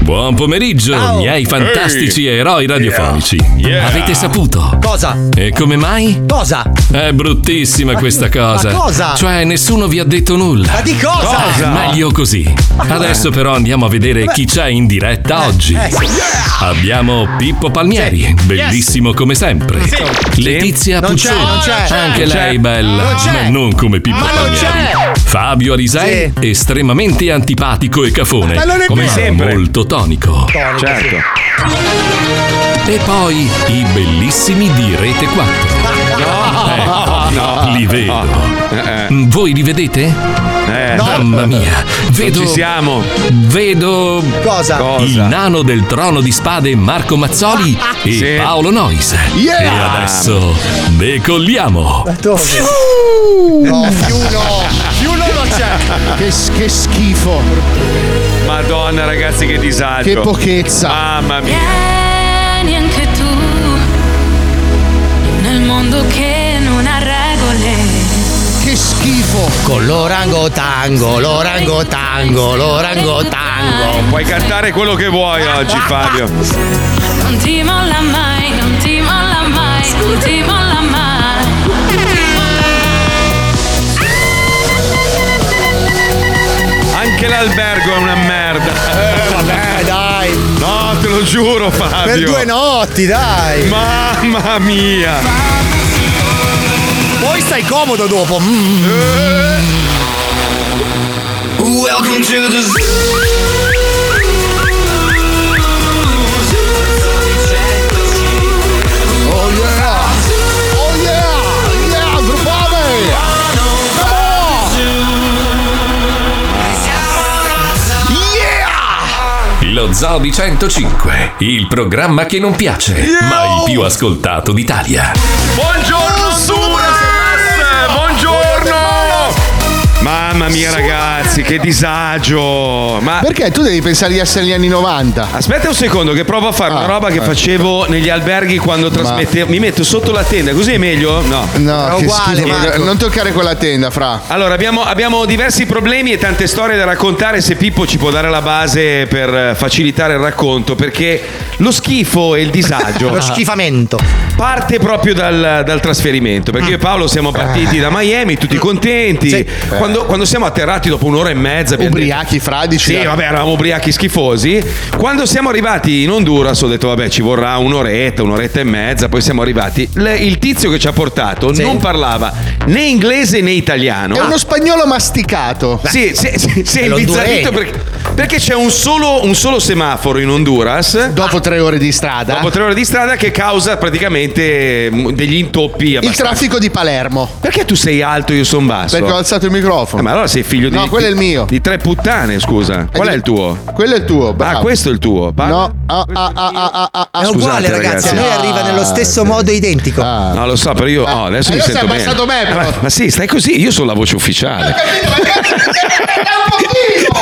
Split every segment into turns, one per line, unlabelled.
Buon pomeriggio,
Ciao.
miei fantastici
Ehi.
eroi radiofonici.
Yeah.
Avete saputo?
Cosa?
E come mai?
Cosa?
È bruttissima questa cosa.
ma cosa?
Cioè, nessuno vi ha detto nulla.
Ma di cosa?
Eh, meglio così. Adesso però andiamo a vedere chi c'è in diretta oggi.
Eh, sì.
Abbiamo Pippo Palmieri, bellissimo come sempre. Letizia
Non c'è,
Puccioni,
non c'è.
anche
Non c'è.
lei bella,
Non c'è.
ma non come Pippo
Ma non
Palmieri. Fabio Alisei, estremamente antipatico e cafone,
Ma non è
come
vero.
sempre molto tonico.
Certo.
E poi i bellissimi di Rete 4. Ecco, li vedo. Voi li vedete?
Eh,
Mamma mia, vedo
Ci siamo.
Vedo
Cosa?
Cosa?
il nano del trono di spade Marco Mazzoli e
Sì.
Paolo Nois.
Yeah!
E adesso decolliamo.
Dove? No, fiuno! Fiuno non c'è!
Che, s- che schifo,
Madonna, ragazzi, che disagio.
che pochezza. Eh.
Mamma mia.
Vieni anche Eh, tu nel mondo che non ha regole.
Che schifo.
Con l'orango tango, l'orango tango, l'orango tango.
Puoi cantare quello che vuoi
Ah.
oggi, Fabio.
Non ti molla mai, non ti molla mai, non ti molla mai.
Anche l'albergo è una merda.
Eh dai,
No, te lo giuro, Fabio.
per due notti, dai.
Mamma mia.
Poi stai comodo dopo. Mm.
Oh yeah. Oh yeah. Yeah, Drupale.
Lo Zoo di 105, il programma che non piace, ma il più ascoltato d'Italia.
Buongiorno, Suras. Buongiorno. Mamma mia, ragazzi, che disagio. Ma
Perché tu devi pensare di essere negli anni 90?
Aspetta un secondo che provo a fare
Ah,
una roba che facevo negli alberghi quando trasmettevo. Mi metto sotto la tenda, così è meglio? No.
No, che
uguale,
schifo. Eh,
Marco.
Non toccare quella tenda, fra.
Allora, abbiamo, abbiamo diversi problemi e tante storie da raccontare. Se Pippo ci può dare la base per eh, facilitare il racconto, perché lo schifo e il disagio
Lo schifamento.
parte proprio dal, dal trasferimento. Perché io e Paolo siamo partiti da Miami, tutti contenti. Quando, quando siamo atterrati dopo un'ora e mezza, abbiamo detto-
Ubriachi, eh. fra, dici.
Sì,
dai.
vabbè, eravamo ubriachi schifosi. Quando siamo arrivati in Honduras ho detto, vabbè, ci vorrà un'oretta, un'oretta e mezza. Poi siamo arrivati. Le- il tizio che ci ha portato non parlava né inglese né italiano.
È uno spagnolo masticato.
Sì, sì, sì, sì, è imbizzarrito perché, perché c'è un solo, un solo semaforo in Honduras.
Dopo tre ore di strada.
Dopo tre ore di strada che causa praticamente mm, degli intoppi
il
abbastanza.
traffico di Palermo.
Perché tu sei alto e io sono basso?
Perché ho alzato il
Eh,
microfono.
ma allora sei figlio di
No, quello è il mio. Eh,
Di tre puttane, scusa. Qual è
di-
il tuo?
Quello è il tuo, bravo.
Ah, questo è il tuo. Parla.
No, ah, ah, ah, ah, ah, ah, ah,
È uguale,
Scusate,
ragazzi, a noi
ragazzi.
arriva nello stesso
Ah,
modo identico.
Ah.
No, lo so, però io oh, adesso
Eh,
mi
io
sento
sei
bene.
abbassato me,
Eh,
però.
ma, ma sì, stai così, io sono la voce ufficiale.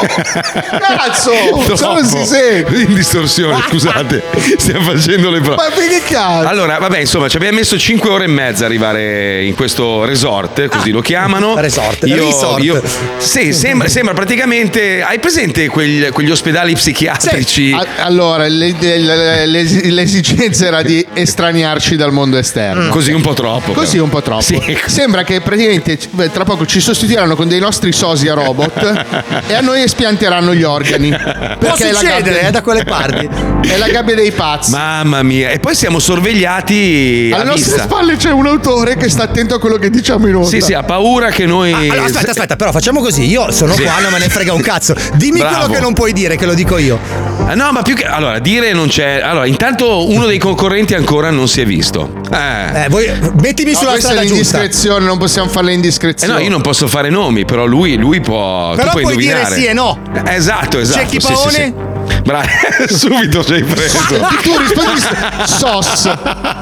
Cazzo,
Troppo.
non si sente.
In distorsione, scusate, stiamo facendo le prove.
Ma che cazzo?
Allora, vabbè, insomma, ci abbiamo messo 5 ore e mezza a arrivare in questo resort, eh, così lo chiamano.
Ah, Resort, resort.
sì, sembra, sembra praticamente. Hai presente quegli, Eh, quegli ospedali psichiatrici?
A- allora, le- le- le- l'es- l'esigenza era di estraniarci dal mondo esterno.
Mm. Così un po' troppo.
Così
però.
un po' troppo.
Sì. ecco.
Sembra che praticamente c- beh, tra poco ci sostituiranno con dei nostri sosia robot e a noi espianteranno gli organi.
Può
Perché è la,
succedere
gabbia,
eh, da quelle parti.
è la gabbia dei pazzi.
Mamma mia, e poi siamo sorvegliati
Alle
a
nostre
vista.
spalle c'è un autore che sta attento a quello che diciamo in onda.
Sì, sì, ha paura che noi.
Ah, allora, aspetta, aspetta, però facciamo così. Io sono qua, non me ne frega un cazzo. Dimmi
Bravo.
quello che non puoi dire, che lo dico io.
Ah, No, ma più che. Allora, dire non c'è. Allora, intanto uno dei concorrenti ancora non si è visto. Eh.
Eh, voi, mettimi
No,
sulla
questa è
strada giusta.
l'indiscrezione, non possiamo fare le
Eh
indiscrezioni.
no, io non posso fare nomi, però lui, lui può. tu
Però
puoi,
puoi dire
indovinare.
sì e no.
Eh, Esatto, esatto.
C'è chi
sì, sì,
paone?
sì. Bra- subito sei preso.
Tu rispondi SOS.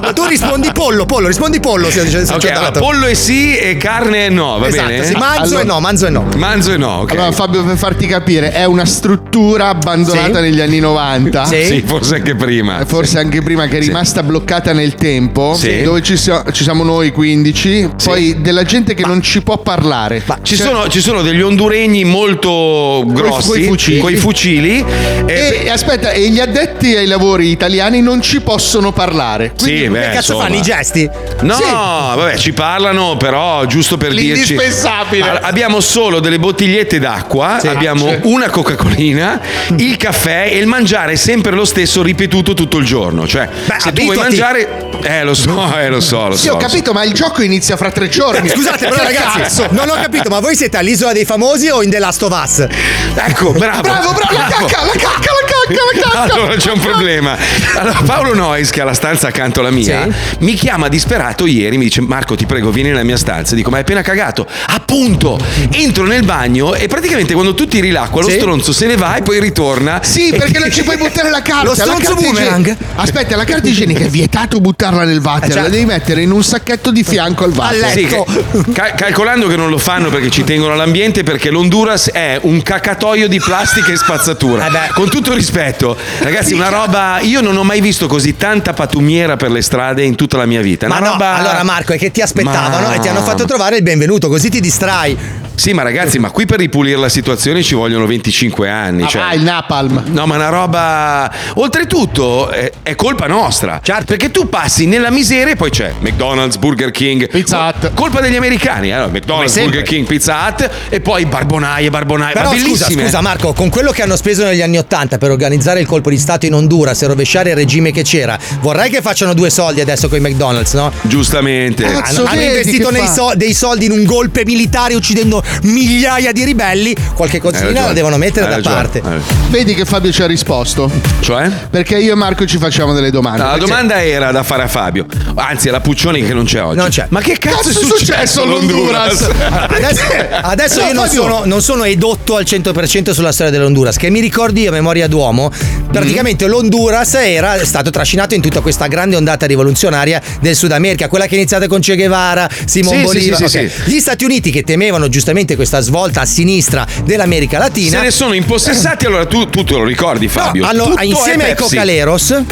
Ma tu rispondi pollo, pollo, rispondi pollo. Se, se, se
ok,
ci ho
allora,
dato.
pollo e sì e carne e no, va
esatto,
bene?
sì, manzo
Allora-
e no, manzo e no.
Manzo e no, ok.
Allora, Fabio, per farti capire, è una struttura abbandonata
Sì.
negli anni 90.
Sì.
sì, forse anche prima.
eh, Forse anche prima che è rimasta bloccata nel tempo,
Sì.
dove ci, sia- ci siamo noi 15, poi della gente che non ci può parlare. Cioè,
Ci sono, ci sono degli honduregni molto grossi
coi fucili.
coi fucili, eh,
e E, aspetta, e gli addetti ai lavori italiani non ci possono parlare.
Sì, beh,
che cazzo
insomma.
fanno i gesti?
No, vabbè, ci parlano, però giusto per dirci.
L'indispensabile.
Allora, abbiamo solo delle bottigliette d'acqua, abbiamo una Coca-Colina,
Mm.
il caffè e il mangiare è sempre lo stesso ripetuto tutto il giorno. Cioè,
Beh,
se tu
abituati.
vuoi mangiare. Eh, lo so, eh, lo so, lo
Sì,
so,
ho
lo so.
capito, ma il gioco inizia fra tre giorni.
Scusate, però
Che
ragazzi,
cazzo?
non ho capito, ma voi siete all'isola dei famosi o in The Last of Us?
Ecco, bravo.
Bravo, bravo, la cacca, la cacca, la cacca, la cacca.
Allora c'è un problema. Allora, Paolo Nois, che ha la stanza accanto alla mia, mi chiama disperato ieri, mi dice Marco ti prego vieni nella mia stanza. Dico ma hai appena cagato. Appunto, entro nel bagno e praticamente quando tu tiri l'acqua lo
Sì.
stronzo se ne va e poi ritorna.
Sì, perché non ci puoi buttare la carta.
Lo
la
stronzo
carta igie-
boomerang.
Aspetta, la carta igienica è vietato buttarla nel water,
Eh, già.
la devi mettere in un sacchetto di fianco al water.
Alle-
Sì, che- cal- calcolando che non lo fanno perché ci tengono all'ambiente, perché l'Honduras è un cacatoio di plastica e spazzatura.
Eh beh.
Con tutto il rispetto, ragazzi, una roba. Io non ho mai visto così tanta patumiera per le strade in tutta la mia vita. Una
Ma no,
roba-
allora Marco, è che ti aspettavano
Ma-
e ti hanno fatto trovare il benvenuto, così ti distrai.
Sì, ma ragazzi, ma qui per ripulire la situazione ci vogliono 25 anni.
Ah,
cioè-
vai, il napalm.
No, ma una roba. Oltretutto eh, è, colpa nostra.
Certo.
Perché tu passi nella miseria e poi c'è McDonald's, Burger King.
Pizza Hut.
Colpa degli americani. Allora, McDonald's,
sempre.
Burger King, Pizza Hut e poi barbonaie, barbonaie.
Però
ma
scusa,
bellissime.
scusa Marco, con quello che hanno speso negli anni Ottanta per organizzare il colpo di Stato in Honduras e rovesciare il regime che c'era, vorrei che facciano due soldi adesso con i McDonald's, no?
Giustamente.
Cazzo,
Hanno, hanno
vedi
investito
che
nei
fa?
so- dei soldi in un golpe militare uccidendo migliaia di ribelli, qualche
Hai
cosina
ragione.
la devono mettere
Hai
da
ragione.
parte.
Eh.
Vedi che Fabio ci ha risposto.
Cioè? Ah,
Perché io e Marco ci facciamo delle domande.
Cioè
No, la
Perché-
domanda era da fare a Fabio. Anzi, alla Puccioni che non c'è oggi.
Non c'è.
Ma che
Cazzo
cazzo,
è successo all'Honduras?
Adesso, adesso
Eh,
No,
io non
Fabio.
sono, non sono edotto al 100% sulla storia dell'Honduras, che mi ricordi a memoria d'uomo,
Mm.
praticamente l'Honduras era stato trascinato in tutta questa grande ondata rivoluzionaria del Sud America, quella che è iniziata con Che Guevara, Simon
Sì, sì,
Bolivar.
sì, sì,
ok. Gli Stati Uniti che temevano giustamente questa svolta a sinistra dell'America
Se
Latina,
ne sono impossessati, allora tu, tu te lo ricordi, Fabio.
hanno-
Tutto
insieme
è
ai
Pepsi.
Cocaleros.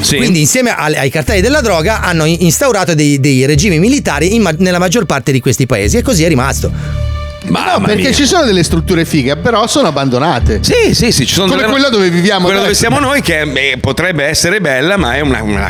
Sì.
Quindi, insieme alle- ai cartelli della droga, hanno instaurato dei, dei regimi militari in ma- nella maggior parte di questi paesi, e così è rimasto.
Mamma
No, perché
mia.
ci sono delle strutture fighe, però sono abbandonate.
Sì, sì, sì, ci sono
Come
delle-
quella dove viviamo
Quella dove
adesso.
siamo noi, che eh, potrebbe essere bella, ma è una, una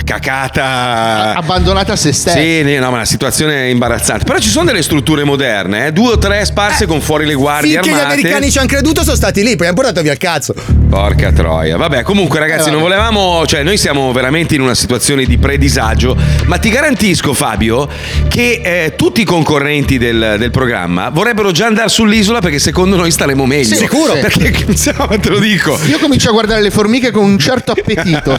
cacata.
Abbandonate a se stesse.
Sì, no, ma la situazione è imbarazzante. Però ci sono delle strutture moderne, eh, due o tre sparse con fuori le guardie
Finché gli
armate.
americani ci hanno creduto, sono stati lì, poi hanno portato via il cazzo.
Porca troia. Vabbè, comunque, ragazzi,
Eh,
non volevamo. Cioè, noi siamo veramente in una situazione di predisagio. Ma ti garantisco, Fabio, che eh, tutti i concorrenti del, del programma vorrebbero già andare sull'isola perché secondo noi staremo meglio.
Sì, sicuro.
Perché insomma, te lo dico.
Io comincio a guardare le formiche con un certo appetito,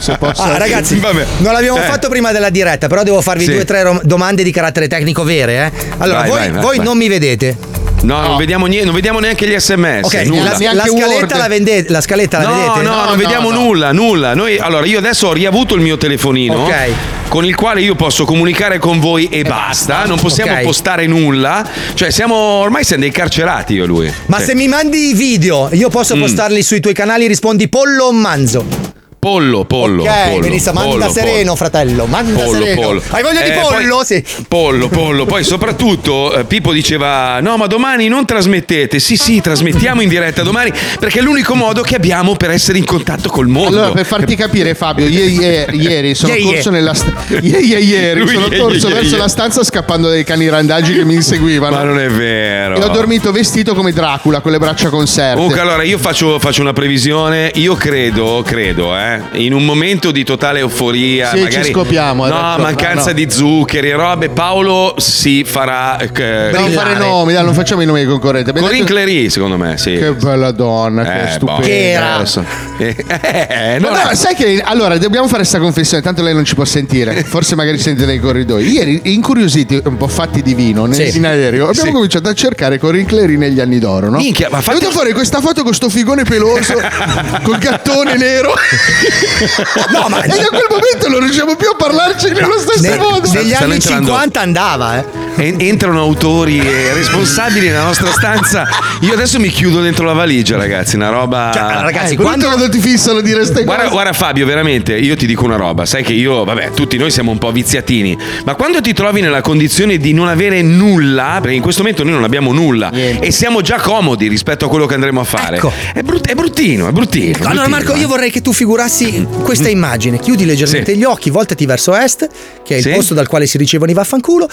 se posso.
Ah, ragazzi,
Vabbè.
non l'abbiamo
Eh.
fatto prima della diretta, però devo farvi
Sì.
due o tre rom- domande di carattere tecnico vere. eh. Allora,
Vai,
voi,
vai, vai,
voi
vai.
non mi vedete.
No, non vediamo niente, non vediamo neanche gli sms.
Ok,
Eh, nulla.
la,
Neanche
la
Word.
scaletta, la, vende- la scaletta la
No,
vedete?
no,
No,
non vediamo
no.
nulla, nulla. Noi, allora, io adesso ho riavuto il mio telefonino.
Ok. Eh,
Con il quale io posso comunicare con voi e, basta. Non possiamo
Ok.
postare nulla. Cioè, siamo ormai siamo dei carcerati io e lui.
Ma
Sì. Mm.
se mi mandi i video, io posso postarli sui tuoi canali, rispondi pollo o manzo.
Pollo, pollo.
ok,
pollo,
benissimo, manda
pollo,
sereno, fratello, manda
Pollo,
sereno.
pollo.
Hai voglia di
Eh,
pollo?
poi-
sì.
Pollo, pollo. Poi soprattutto eh, Pippo diceva: No, ma domani non trasmettete. Sì, sì, trasmettiamo in diretta domani perché è l'unico modo che abbiamo per essere in contatto col mondo.
Allora, per farti capire, Fabio, ie- ie- ieri sono
Ie- ie.
corso nella sta- ie- ie- ieri
Lui
sono
ie-
corso
ie- ie-
verso
ie.
la stanza scappando dai cani randaggi che mi inseguivano.
Ma non è vero.
E ho dormito vestito come Dracula con le braccia conserte.
Comunque, allora io faccio, faccio una previsione. Io credo, credo, eh, in un momento di totale euforia,
Sì, ci
magari
scopiamo
No,
adesso,
mancanza
ma no.
di zuccheri e robe. Paolo si farà. eh,
non fare nomi, dai, non facciamo i nomi dei concorrenti. Abbiamo
Corinne
detto-
Clery, secondo me, sì.
Che bella donna, che
Eh,
stupenda.
boh.
Che era?
Eh, lo so. Eh, eh, eh, no,
Ma no,
no.
sai che allora dobbiamo fare questa confessione, tanto lei non ci può sentire, forse magari ci sente nei corridoi. Ieri, incuriositi, un po' fatti di vino nel
Sì.
sinario, abbiamo
Sì.
cominciato a cercare Corinne Clery negli anni d'oro, no?
Minchia, ma
È
fate-
venuta fuori questa foto con sto figone peloso, col gattone nero.
No, ma
E da quel momento non riusciamo più a parlarci nello stesso
Ne-
modo.
negli
Stanno
anni
entrando.
50 andava, eh.
En- Entrano autori e responsabili nella nostra stanza. Io adesso mi chiudo dentro la valigia, ragazzi. Una roba.
Cioè, ragazzi,
Quello
quando,
te l'ho quando ti fissano dire ste
Eh, Guarda,
cose.
guarda Fabio, veramente, io ti dico una roba, sai che io, vabbè, tutti noi siamo un po' viziatini, ma quando ti trovi nella condizione di non avere nulla, perché in questo momento noi non abbiamo nulla
Niente.
e siamo già comodi rispetto a quello che andremo a fare,
Ecco.
è, brut- è bruttino, è bruttino.
Ecco, Allora
bruttino,
Marco,
eh.
io vorrei che tu figurassi questa immagine. Chiudi leggermente
Mm. Sì.
gli occhi, voltati verso est, che è il
Sì.
posto dal quale si ricevono i vaffanculo.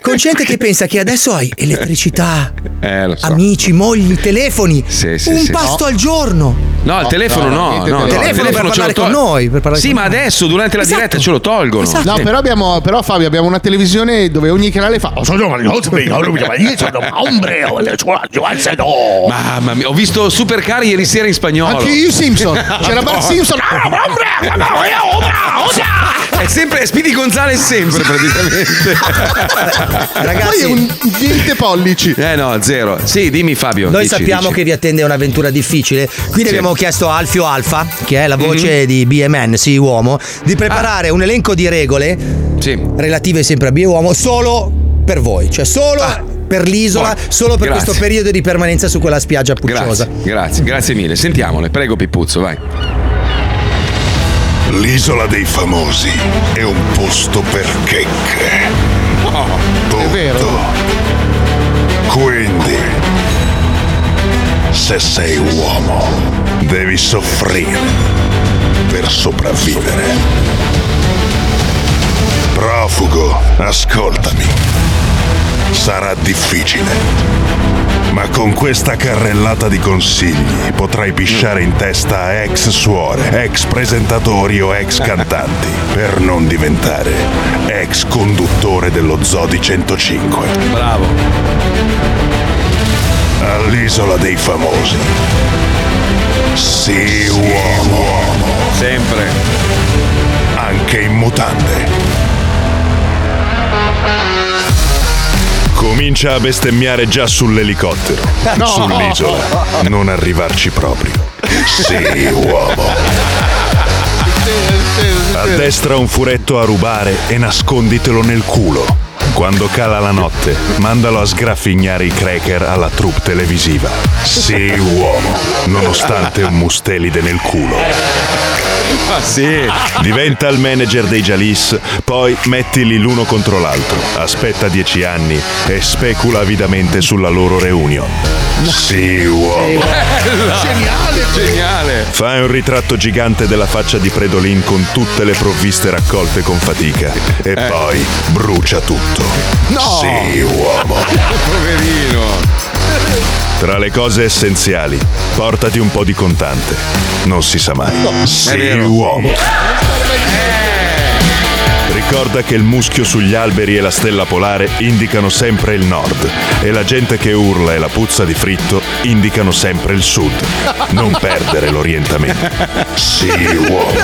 Concente che pensa che adesso hai elettricità,
Eh, lo so.
amici, mogli, telefoni,
Sì, sì,
un
sì.
pasto al giorno.
No, il telefono
no,
no, no,
niente
no,
telefono.
il
Telefono
per
ce lo
parlare con
tol-
noi, per parlare
Sì,
con
ma
noi.
adesso durante la
Esatto.
diretta ce lo tolgono.
Esatto.
No,
Sì.
però, abbiamo, però Fabio abbiamo una televisione dove ogni canale fa... "Oh, sono un
Mamma mia, ho visto Supercar ieri sera in spagnolo.
Anche io Simpson. C'era Bart Simpson.
Eh? È sempre è Speedy Gonzales sempre praticamente.
Poi
Ragazzi,
è un 20 pollici.
Eh no, zero. Sì, dimmi Fabio.
Noi
dici,
sappiamo
dici.
che vi attende un'avventura difficile, quindi
Sì. Mhm.
abbiamo chiesto a Alfio Alfa, che è la voce di BMN, sì uomo, di preparare un elenco di regole
Ah. Sì.
relative sempre a Bio Uomo solo per voi, cioè solo per l'isola,
buono.
solo per
Ah. Grazie.
questo periodo di permanenza su quella spiaggia pucciosa.
Grazie, grazie, grazie mille. Sentiamole, prego Pippuzzo, vai.
L'isola dei famosi è un posto per checche. Punto.
È vero.
Quindi, se sei uomo, devi soffrire per sopravvivere. Profugo, ascoltami. Sarà difficile. Ma con questa carrellata di consigli potrai pisciare in testa a ex suore, ex presentatori o ex cantanti, per non diventare ex conduttore dello Zodi 105.
Bravo.
All'isola dei famosi. Sì, uomo,
Sempre.
anche in mutande. Comincia a bestemmiare già sull'elicottero. Sull'isola. Non arrivarci proprio. Sì, uomo. Addestra un furetto a rubare e nasconditelo nel culo. Quando cala la notte, mandalo a sgraffignare i cracker alla troupe televisiva. Sì, uomo, nonostante un mustelide nel culo.
Ma sì.
Diventa il manager dei Jalis, poi mettili l'uno contro l'altro, aspetta dieci anni e specula avidamente sulla loro reunion. Sì,
Eh,
uomo.
Geniale, geniale.
Fai un ritratto gigante della faccia di Predolin con tutte le provviste raccolte con fatica e
Eh.
poi brucia tutto. No! Sì, uomo.
Poverino.
Tra le cose essenziali, portati un po' di contante. Non si sa mai.
È
Sì,
vero. Eh.
uomo. Ricorda che il muschio sugli alberi e la stella polare indicano sempre il nord e la gente che urla e la puzza di fritto indicano sempre il sud. Non perdere l'orientamento. Sì, uomo.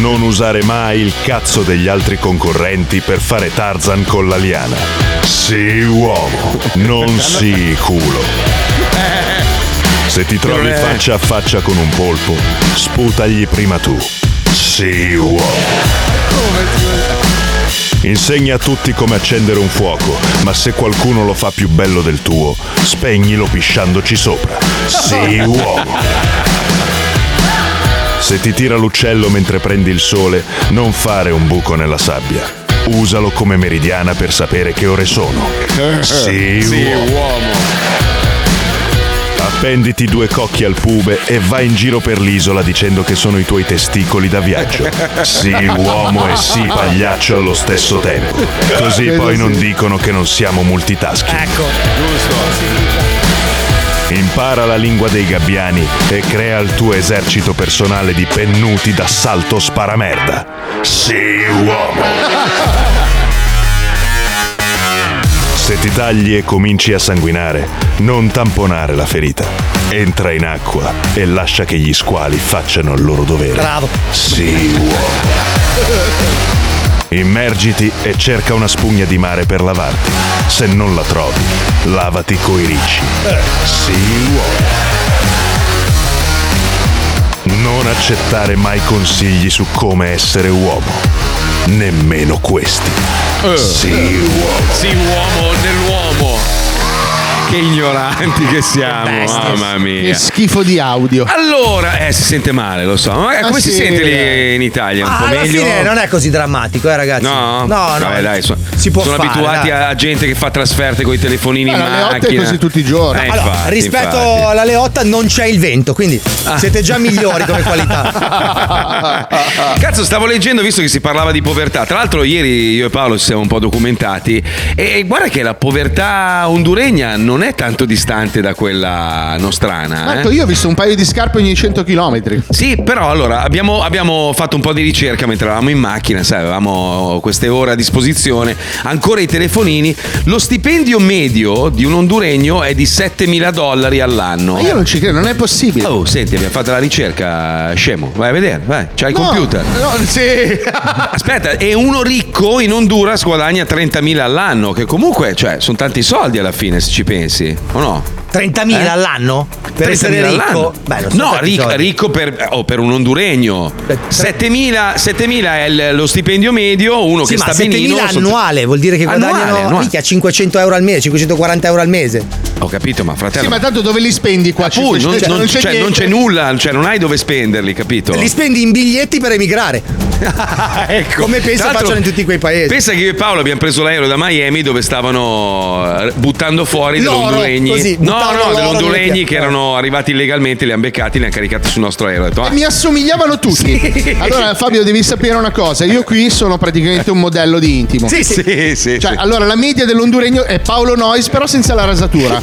Non usare mai il cazzo degli altri concorrenti per fare Tarzan con la liana. Sì, uomo. Non si culo. Se ti trovi
Dov'è?
faccia a faccia con un polpo, sputagli prima tu. Sì, uomo. Insegna a tutti come accendere un fuoco, ma se qualcuno lo fa più bello del tuo, spegnilo pisciandoci sopra. Sì, uomo. Se ti tira l'uccello mentre prendi il sole, non fare un buco nella sabbia. Usalo come meridiana per sapere che ore sono. Sì,
Sì,
uomo.
uomo.
Appenditi due cocchi al pube e vai in giro per l'isola dicendo che sono i tuoi testicoli da viaggio. Sì, uomo e sì, pagliaccio allo stesso tempo. Così poi non dicono che non siamo multitasking. Ecco, giusto. Impara la lingua dei gabbiani e crea il tuo esercito personale di pennuti d'assalto sparamerda. Sì, uomo. Se ti tagli e cominci a sanguinare, non tamponare la ferita. Entra in acqua e lascia che gli squali facciano il loro dovere.
Bravo.
Sì, uomo. Immergiti e cerca una spugna di mare per lavarti. Se non la trovi, lavati coi ricci. Sì, uomo. Non accettare mai consigli su come essere uomo.
Eh.
Nemmeno questi. Sì, uomo.
Sì, uomo nell'uomo. Che ignoranti che siamo, mamma
Che
mia.
schifo di audio.
Allora, eh, si sente male, lo so. Ma come si
sì.
sente lì in Italia? Un
Ah,
po'
alla
meglio?
fine non è così drammatico, eh, ragazzi. no, no.
No, Vabbè, dai, so-
si può
sono
fare,
abituati
dai.
a gente che fa trasferte con i telefonini
Eh,
in
alle
macchina.
otto è così tutti i giorni.
Eh,
Allora,
infatti,
rispetto
infatti. Ah.
alla Leotta non c'è il vento, quindi siete già migliori come qualità.
Cazzo, stavo leggendo, visto che si parlava di povertà. Tra l'altro, ieri io e Paolo ci siamo un po' documentati. E guarda che la povertà honduregna non è tanto distante da quella nostrana.
Tanto
Eh?
io ho visto un paio di scarpe ogni 100 km.
Sì, però allora abbiamo, abbiamo fatto un po' di ricerca mentre eravamo in macchina, sai, avevamo queste ore a disposizione, ancora i telefonini. Lo stipendio medio di un honduregno è di 7.000 dollari all'anno.
Ma io non ci credo, non è possibile.
Oh, senti, abbiamo fatto la ricerca, scemo. Vai a vedere, vai, c'hai il
No,
computer.
No, sì.
Aspetta, e uno ricco in Honduras guadagna 30.000 all'anno, che comunque, cioè, sono tanti soldi alla fine, se ci pensi, o no?
30.000
Eh?
all'anno? Per essere
30.000
ricco?
all'anno.
Beh, non so
no,
tanti
ricco,
soldi.
ricco per, oh, per un honduregno.
Beh,
7.000, 7.000 è il- lo stipendio medio, uno
Sì,
che
ma
sta benino.
7.000
sono-
annuale vuol dire che
Annuale,
guadagnano
annuale.
minchia, 500 euro al mese, 540 euro al mese.
Ho capito, ma fratello.
Sì, ma tanto dove li spendi qua?
appunto, non,
500? Cioè,
non-
c'è
cioè, non
niente.
c'è nulla, cioè, non hai dove spenderli, capito?
Li spendi in biglietti per emigrare.
Ah, ecco.
Come penso
Tra l'altro,
facciano in tutti quei paesi.
Pensa che io e Paolo abbiamo preso l'aereo da Miami dove stavano eh, buttando fuori degli
L'oro,
honduregni.
così,
no,
buttavano
no,
l'oro
degli
nelle
honduregni
piazze.
che erano arrivati illegalmente, li hanno beccati, li hanno caricati sul nostro aereo. Ho detto, ah,
Mi assomigliavano tutti. Allora, Fabio, devi sapere una cosa. Io qui sono praticamente un modello di intimo.
Sì, sì.
sì, sì,
Cioè,
sì.
allora la media dell'onduregno è Paolo Nois, però senza la rasatura.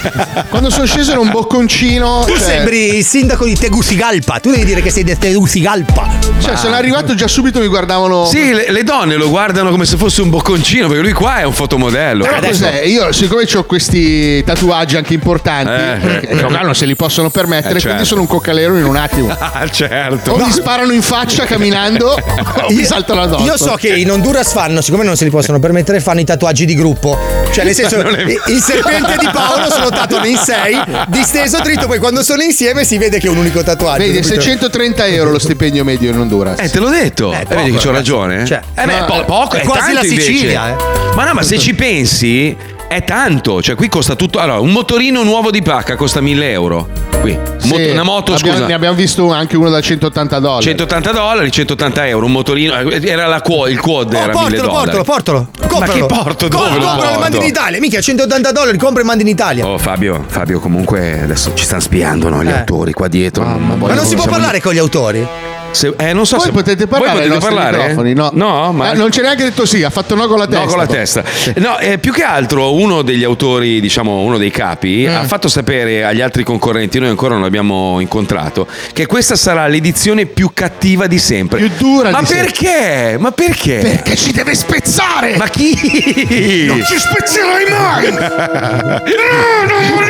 Quando sono sceso era un bocconcino.
Tu
cioè,
sembri il sindaco di Tegucigalpa. Tu devi dire che sei di Tegucigalpa.
cioè, sono arrivato già subito mi guardavano.
Sì, le, le donne lo guardano come se fosse un bocconcino, perché lui qua è un fotomodello.
Però cos'è? Io, siccome ho questi tatuaggi anche importanti,
Eh,
perché
eh.
loro non se li possono permettere,
Eh, certo.
quindi sono un coccalero in un attimo.
Ah, certo.
O mi sparano in faccia camminando, o mi saltano addosso.
Io so che in Honduras fanno, siccome non se li possono permettere, fanno i tatuaggi di gruppo. Cioè, nel senso,
Ma non è
i- il serpente di Paolo sono tatuati in sei, disteso dritto, poi quando sono insieme si vede che è un unico tatuaggio.
Vedi, è
capito?
630 euro lo stipendio medio in Honduras.
Eh, te l'ho detto.
Eh,
Eh,
poco,
Vedi che c'ho
ragazzi.
ragione?
Cioè,
eh, beh,
ma-
po- poco,
è
è
quasi
tanto
la Sicilia, eh.
invece. Ma no, ma se ci pensi, è tanto. Cioè, qui costa tutto. Allora, un motorino nuovo di pacca costa 1000 euro. Qui.
Sì,
Mot- una moto,
abbiamo-
scusa.
Ne abbiamo visto anche uno da 180 dollari.
180 dollari, 180 euro. Un motorino. eh, Era la quo- il quad,
Oh,
era 1000
portalo, portalo,
dollari.
portalo. Compralo.
che porto?
Co-
Dove lo
compralo
porto?
e mandi in Italia. Mica 180 dollari, compra e mandi in Italia.
Oh Fabio, Fabio, comunque adesso ci stanno spiando no, gli
Eh.
autori qua dietro.
Ma non si può parlare con gli autori?
Se- eh, non so
Voi
se
potete parlare
Voi
ai
potete
nostri
parlare?
microfoni, no?
ma
Eh, non c'è neanche detto sì, ha fatto no con la testa.
No, con la testa. No, eh, più che altro uno degli autori, diciamo uno dei capi,
Mm.
ha fatto sapere agli altri concorrenti, noi ancora non l'abbiamo incontrato, che questa sarà l'edizione più cattiva di sempre.
Più dura
Ma
di sempre.
perché? Ma perché?
Perché ci deve spezzare!
Ma chi?
ci spezzerai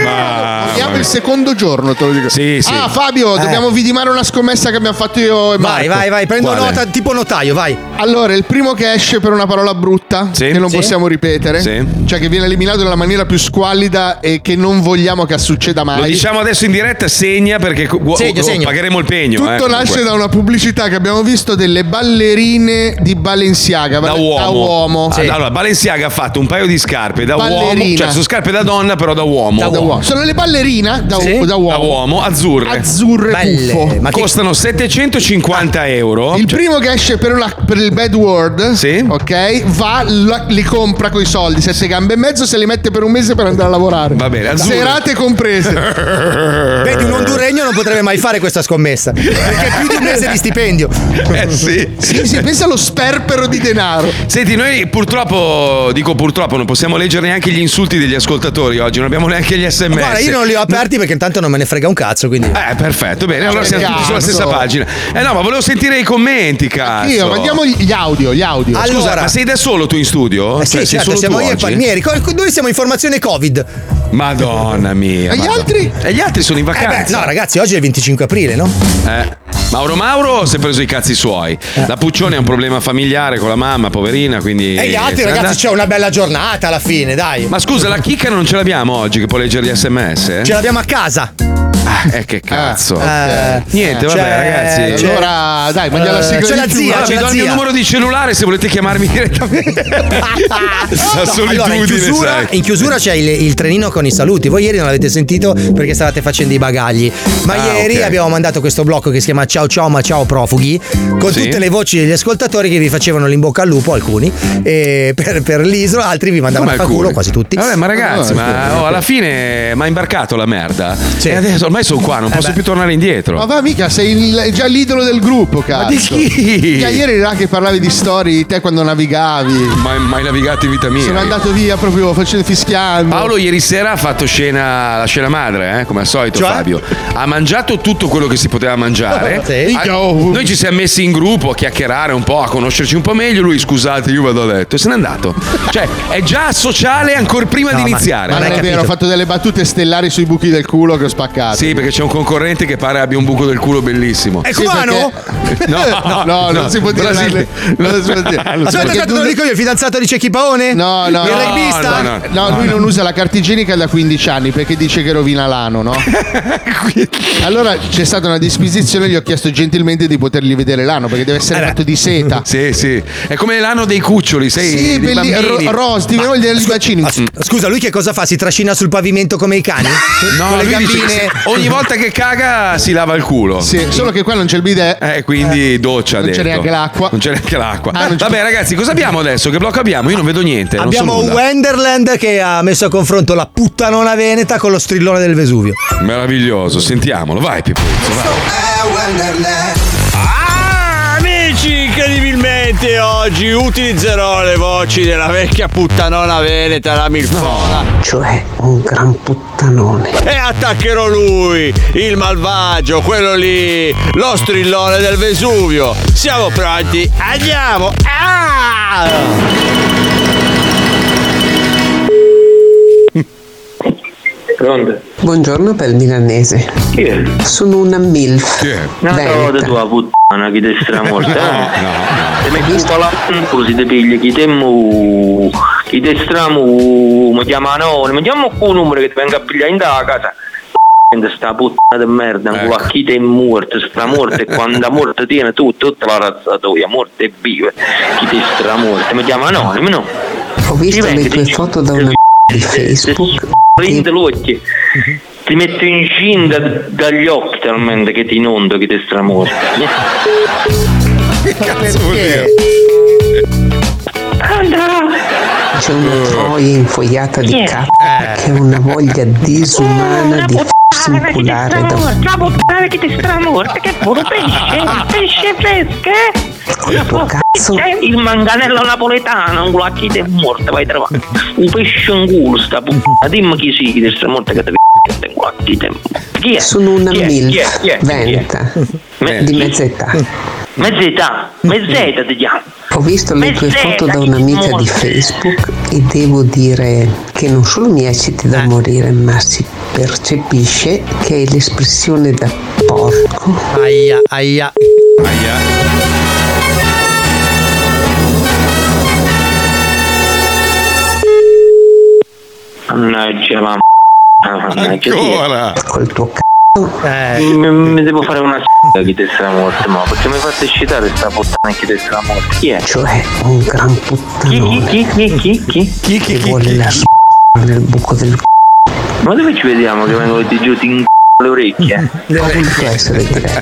mai! Siamo il secondo giorno, te lo dico.
Sì, sì. Eh.
Ah, Fabio, dobbiamo vidimare una scommessa che abbiamo fatto io e Marco.
Vai, vai, vai, prendo
Quale?
nota, tipo notaio, vai.
Allora, il primo che esce per una parola brutta,
Sì.
che non
Sì.
possiamo ripetere,
Sì.
cioè che viene eliminato nella maniera più squallida e che non vogliamo che succeda mai.
Lo diciamo adesso in diretta, segna perché gu-
Segno,
oh,
segno.
pagheremo il pegno. eh,
Tutto
comunque.
nasce da una pubblicità che abbiamo visto delle ballerine di Balenciaga.
da uomo.
uomo.
Ah, Allora, Balenciaga ha fatto un paio di scarpe da uomo,
Ballerina.
cioè sono scarpe da donna, però da uomo.
Da uomo. Sono le ballerine da,
Sì.
da uomo.
Da uomo, azzurre.
Azzurre
Belle.
buffo. Ah,
Ma che-
Costano 750 euro.
Il
Cioè,
primo che esce per, una- per il bad word,
Sì.
ok, va, la- li compra coi soldi, sette gambe e mezzo, se li mette per un mese per andare a lavorare.
Va bene, azzurro.
Serate comprese.
Vedi, un honduregno non potrebbe mai fare questa scommessa. Perché è più di un mese di stipendio.
Eh sì.
Sì, sì, pensa allo sperpero di denaro.
Senti, noi purtroppo, dico purtroppo, non possiamo leggere neanche gli insulti degli ascoltatori oggi, non abbiamo neanche gli sms.
Guarda, io non li ho aperti perché intanto non me ne frega un cazzo, quindi.
Eh, perfetto, bene, allora
che
siamo tutti sulla
cazzo.
stessa pagina. Eh no, ma volevo sentire i commenti, cazzo.
Io, mandiamo gli gli audio, gli audio.
Allora-
Scusa, ma sei da solo tu in studio?
Eh sì,
Cioè, sei
certo,
solo
siamo
tu
io e
oggi?
Palmieri. Co- Noi siamo in formazione Covid.
Madonna mia.
E gli
madonna.
altri?
E gli altri sono in
Eh beh,
vacanza.
no, ragazzi, oggi è il 25 aprile, no?
Eh, Mauro Mauro si è preso i cazzi suoi.
Eh.
La Puccione ha un problema familiare con la mamma, poverina, quindi. eh,
E gli altri,
se n'è
ragazzi,
andata.
c'è una bella giornata alla fine, dai.
Ma scusa, la chicca non ce l'abbiamo oggi che può leggere gli sms?
Ce l'abbiamo a casa.
Ah, eh, che cazzo.
Eh,
Niente, vabbè,
c'è-
ragazzi.
c'è-
Allora, dai, mangia la
Eh,
sigla
c'è
di
la
chiusura.
zia,
Allora,
c'è
vi
la
do il mio
zia.
numero di cellulare se volete chiamarmi direttamente. La
No, allora, in chiusura,
sai.
in chiusura c'è il, il trenino con i saluti. Voi ieri non l'avete sentito perché stavate facendo i bagagli. Ma
Ah,
ieri
ok.
abbiamo mandato questo blocco che si chiama Ciao Ciao Ma Ciao Profughi con
Sì.
tutte le voci degli ascoltatori che vi facevano l'imbocca al lupo, alcuni, e per, per l'isola, altri vi mandavano
Come
a far culo,
alcuni.
quasi tutti. Ah,
Vabbè, Eh, ma ragazzi, ma oh, alla fine mi ha imbarcato la merda.
Sì.
E adesso ormai sono qua, non posso più tornare indietro.
Eh Ma va mica, sei il- già l'idolo del gruppo, cazzo.
di chi?
Mica, ieri era che parlavi di storie di te quando navigavi.
mai, mai navigato in vita mia.
Sono andato via proprio facendo fischiando.
Paolo ieri sera ha fatto scena, la scena madre, eh, come al solito
Cioè?
Fabio. Ha mangiato tutto quello che si poteva mangiare.
Sì.
Ha-
Minchia, oh.
noi ci siamo messi in gruppo a chiacchierare un po', a conoscerci un po' meglio. Lui, scusate, io vado a letto. E se n'è andato. Cioè, è già sociale ancora prima di
ma-
iniziare.
Ma non
l'hai
è
capito.
vero, ho fatto delle battute stellari sui buchi del culo che ho spaccato.
Sì, perché c'è un concorrente che pare abbia un buco del culo bellissimo.
È
Sì,
cubano?
perché-
No,
no, non si può dire.
Brasile.
Non si può dire.
Aspetta,
Perché
tanto te lo
tu-
dico io, il fidanzato di Cecchi Paone?
No, no,
Il
no,
rugbista?
no, no.
No, lui non usa la carta igienica da 15 anni perché dice che rovina l'ano, no? Allora c'è stata una disquisizione, gli ho chiesto gentilmente di potergli vedere l'ano perché deve essere fatto di seta.
Sì, sì. È come l'anno dei cuccioli, sei
Sì,
dei
belli,
bambini.
ro- Ros, ti voglio vedere i bacini.
Mm.
Ah, s- Scusa, lui che cosa fa? Si trascina sul pavimento come i cani?
No,
con le
lui dice Oh.
gambine.
che se- ogni volta che caga si lava il culo.
Sì, solo che qua non c'è il bidet.
Eh, quindi doccia
non c'è
dentro.
neanche l'acqua.
Non c'è neanche l'acqua.
Ah, non c'è-
Vabbè, ragazzi, cosa abbiamo adesso? Che blocco abbiamo? Io non vedo niente. non
Abbiamo
so nulla.
Wenderland che ha messo a confronto la puttanona veneta con lo strillone del Vesuvio.
Meraviglioso, sentiamolo. Vai, Pipuzzo. vai.
Ah, amici, incredibilmente oggi utilizzerò le voci della vecchia puttanona veneta, la milfona.
cioè un gran puttanone.
E attaccherò lui, il malvagio, quello lì, lo strillone del Vesuvio. Siamo pronti? Andiamo! Ah!
Pronto?
Buongiorno per il milanese.
Chi è?
Sono una MILF.
Chi è?
No, no,
Veneta.
tu la puttana, chi te stramorta. Te metti un po' la così ti pigli, chi te mu, chi te stramu, mi chiama no, mi chiama un numero che ti venga a pigliare in da a casa. Gente, Sta puttana di merda,
Ecco.
qua chi te è morto, stramorte, quando è morto tiene tu, tutta la razzatoia, morte e vive, chi te stramorte, mi chiama anonimo, no?
Ho visto le tue foto da una di Facebook.
Prende l'occhio. Ti metto incinta dagli occhi talmente che ti inondo, che ti stramorte.
Cazzo vuol dire?
C'è
Eh.
una troia infogliata di capra che ha una voglia
Eh.
disumana di farsi impulare da un
Ciao, puttana che ti stramorte, che puro pesce, pesce fresco, eh?
colpo cazzo.
Eh,
Il manganello napoletano, un culacchito è morto, vai trovare. Un pesce in culo, sta
Mm.
puttana. Dimmi chi sì, chi ti stramorte che ti p***a, un culacchito è morto. Chi è?
Sono una
Chi è? Chi è? Chi è?
MILF.
Chi è?
Veneta.
Me-
Eh, Di mezz'età. Mm.
Mezz'età, mezz'età ti chiamo.
Ho visto le tue foto da un'amica di Facebook e devo dire che non solo mi ecciti
Eh.
da morire, ma si percepisce che è l'espressione da porco.
Aia, aia.
Mannaggia, mamma. Mannaggia, chi è?
Ancora.
Col tuo c***o
Eh,
Mi, mi devo fare una c***a che ti stramorte, ma perché mi fate citare sta puttana che ti stramorte? Chi è?
cioè un gran
Chi, chi,
puttanone
chi, chi, chi, chi?
Chi, chi,
che
chi,
vuole
chi?
la s*** nel buco del c***o.
Ma dove ci vediamo che vengono di giù ti in le orecchie?
Ha voluto essere diretta.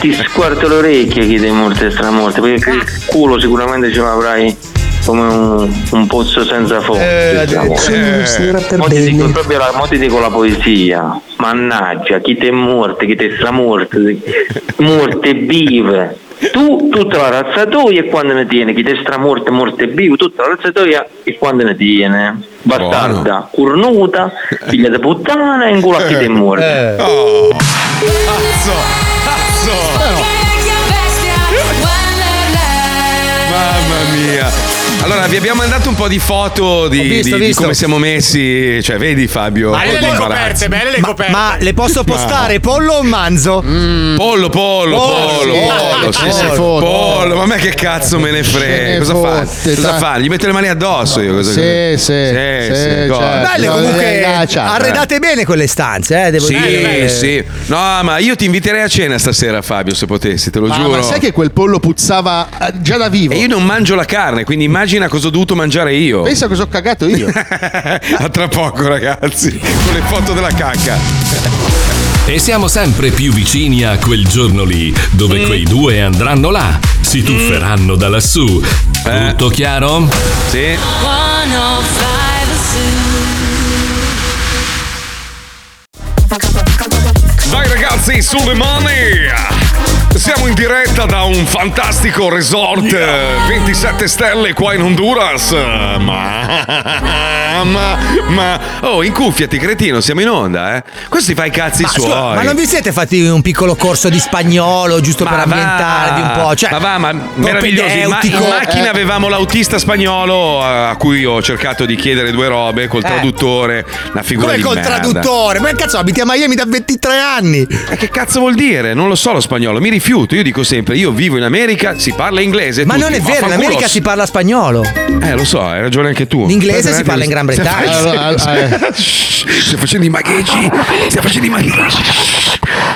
Ti squarto le orecchie che dei morte e stramorte, perché il culo sicuramente ce l'avrai come un, un pozzo senza fondo. diciamo.
Sono una signora per
Mo ti dico
bene.
proprio la, mo ti dico la poesia. Mannaggia, chi te è morte, chi te è stramorte, morte vive. Tu tutta la razzatoia e quando ne tiene, chi te è stramorte, morte vive, tutta la razzatoia e quando ne tiene. Bastarda, cornuta, figlia di puttana e in culo a chi te è morte.
Cazzo. Cazzo. Mamma mia. Allora, vi abbiamo mandato un po' di foto di,
Ho visto,
di-
ho
di
visto.
come siamo messi. Cioè, vedi Fabio.
Ma belle le
imbarazzo.
coperte, belle le coperte. Ma le posso postare pollo o manzo?
Mm. Pollo, pollo, pollo, pollo, sì, sì.
pollo.
pollo, ma a me che cazzo me ne
Ce
frega?
ne
Cosa fa?
fotte,
Cosa
dai.
fa? Gli metto le mani addosso io. Cosa Eh,
Sì, sì,
sì,
sì,
cosa.
certo.
Belle comunque,
eh,
arredate bene quelle stanze, eh, devo
Sì,
dire.
sì. No, ma io ti inviterei a cena stasera, Fabio, se potessi, te lo
Ah, Ma,
giuro.
ma sai che quel pollo puzzava eh, già da vivo?
E io non mangio la carne, quindi immagina cosa ho dovuto mangiare io.
Pensa cosa ho cagato io.
A tra poco, ragazzi, con le foto della cacca.
E siamo sempre più vicini a quel giorno lì, dove quei due andranno là, si tufferanno da lassù. Tutto chiaro?
Sì.
105
Vai ragazzi, sulle mani! Siamo in diretta da un fantastico resort, eh, 27 stelle qua in Honduras. Ma, ma, ma, oh, incuffiati, cretino, siamo in onda, eh? Questo ti fa i cazzi
Ma,
suoi.
scusa, ma non vi siete fatti un piccolo corso di spagnolo giusto per ambientarvi un po'? Cioè,
ma va, ma meravigliosi. Ma in
propedeutico.
macchina
Eh.
avevamo l'autista spagnolo eh, a cui ho cercato di chiedere due robe col
Eh.
traduttore, la figura
Come
di
col
merda.
traduttore? Ma cazzo, abiti a Miami da 23 anni.
Ma Eh, che cazzo vuol dire? Non lo so lo spagnolo, mi rifiuto. Io dico sempre, io vivo in America, si parla inglese.
Ma
tutti,
non è vero, in
vaffanculo.
America si parla spagnolo.
Eh, lo so, hai ragione anche tu.
L'inglese si parla in Gran Bretagna.
Allora, allora,
Stiamo facendo i magheggi. Stiamo facendo i magheggi.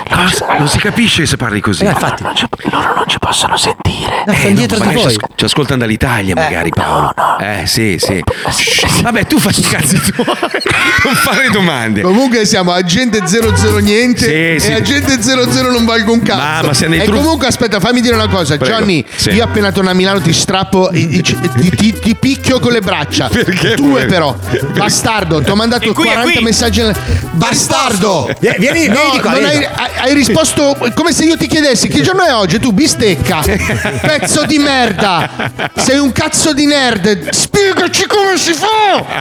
Cosa? Non si capisce se parli così.
Eh, infatti.
Non ci- loro non ci possono sentire. Eh,
No, sono dietro di
magari
voi.
Ci, asco- ci ascoltano dall'Italia, magari, Paolo. Eh, sì, sì. Shh, Vabbè, tu fai i cazzi tuoi. Non fare domande.
Comunque siamo agente 00 niente e
Sì, sì.
agente 00 non valgo un cazzo.
Ma- ma siamo dei
e
truff-
comunque aspetta, fammi dire una cosa,
Prego.
Johnny,
Sì.
io appena torno a Milano ti strappo, i- i- ci- ti, ti- ti picchio con le braccia.
Perché,
Due
poverino?
però. Bastardo, ti ho mandato
È qui, è
40
qui.
messaggi. nel- Bastardo!
Vieni, vieni,
No,
vieni di qua,
non
vieni
hai,
di qua.
hai- hai risposto come se io ti chiedessi che giorno è oggi e tu bistecca. Pezzo di merda! Sei un cazzo di nerd! Spiegaci come si fa!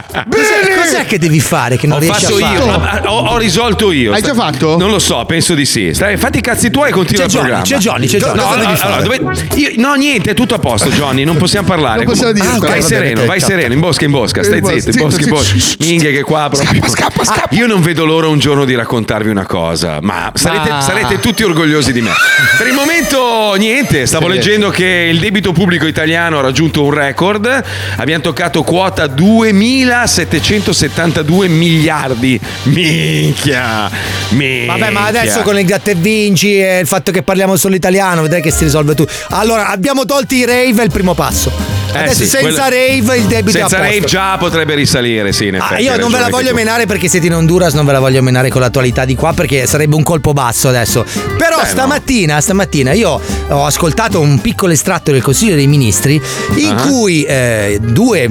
Cos'è,
Bene!
cos'è che devi fare che non
Ho
riesci a
fatto
fare?
io, ma- ma- ho, ho risolto io.
Hai già fatto?
Non lo so, penso di sì. Stai, fatti i cazzi tuoi e continua
C'è
il
Johnny,
programma.
c'è Johnny, c'è Johnny.
No,
Cosa
allora,
devi fare?
allora, dove- io- no, niente, è tutto a posto, Johnny. Non possiamo parlare.
Non possiamo dire.
Ah, ok,
Vai
vai
va bene,
sereno,
te,
vai
ciao.
sereno, in bosca, in bosca. Stai
In bosca,
zitto, in
zitto,
bosca, in
zitto.
bosca. Minchia che qua proprio.
scappa,
Ah, Io non vedo l'ora un giorno di raccontarvi una cosa, ma sarete,
Ma-
sarete tutti orgogliosi di me. Per il momento, niente. Stavo leggendo che il debito pubblico italiano ha raggiunto un record. Abbiamo toccato quota 2.772 miliardi. Minchia, minchia.
Vabbè, ma adesso con il gratta e vinci e il fatto che parliamo solo italiano, vedrai che si risolve tutto. Allora, abbiamo tolto i rave, è il primo passo.
Eh
adesso
sì,
senza
quello-
rave il debito è a
Senza
posto.
rave già potrebbe risalire, sì, in
Ah,
effetti. hai
io non ve
ragione
la
anche
voglio
tu.
menare perché siete in Honduras, non ve la voglio menare con l'attualità di qua perché sarebbe un colpo basso adesso. Però
Beh, no.
stamattina, stamattina io ho ascoltato un piccolo estratto del Consiglio dei Ministri in
Ah.
cui eh, due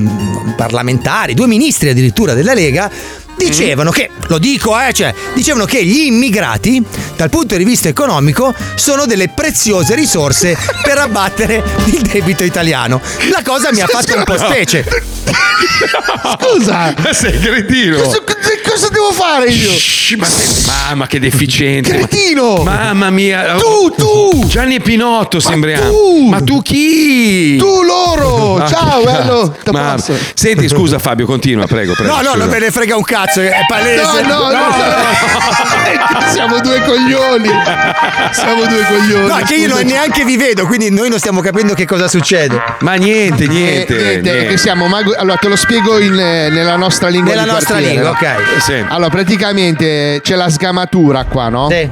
parlamentari, due ministri addirittura della Lega
Mm.
dicevano che, lo dico, eh, cioè, dicevano che gli immigrati dal punto di vista economico sono delle preziose risorse per abbattere il debito italiano. La cosa mi ha fatto un po' specie.
Scusa!
Ma sei cretino.
Cosa, cosa- cosa devo fare io?
Shh, ma sei- Mamma che deficiente.
Cretino!
Mamma mia. oh.
Tu, tu!
Gianni e Pinotto sembriamo.
tu!
Ma tu chi?
Tu loro!
Ah,
Ciao, bello! T'ho
ma-
perso.
Senti, scusa Fabio, continua, prego, prego.
No, no,
scusa.
non ve ne frega un cazzo, è
No,
palese.
no, no, no. Siamo due coglioni! Siamo due coglioni!
No, che io non
scusa.
neanche vi vedo, quindi noi non stiamo capendo che cosa succede.
Ma niente, niente.
Eh, niente,
niente.
Che siamo mago- Allora, te lo spiego in, eh, nella nostra lingua.
Nella
di
nostra
quartiere,
lingua,
no?
ok.
Sì.
Allora, praticamente c'è la sgamatura qua, no?
Sì.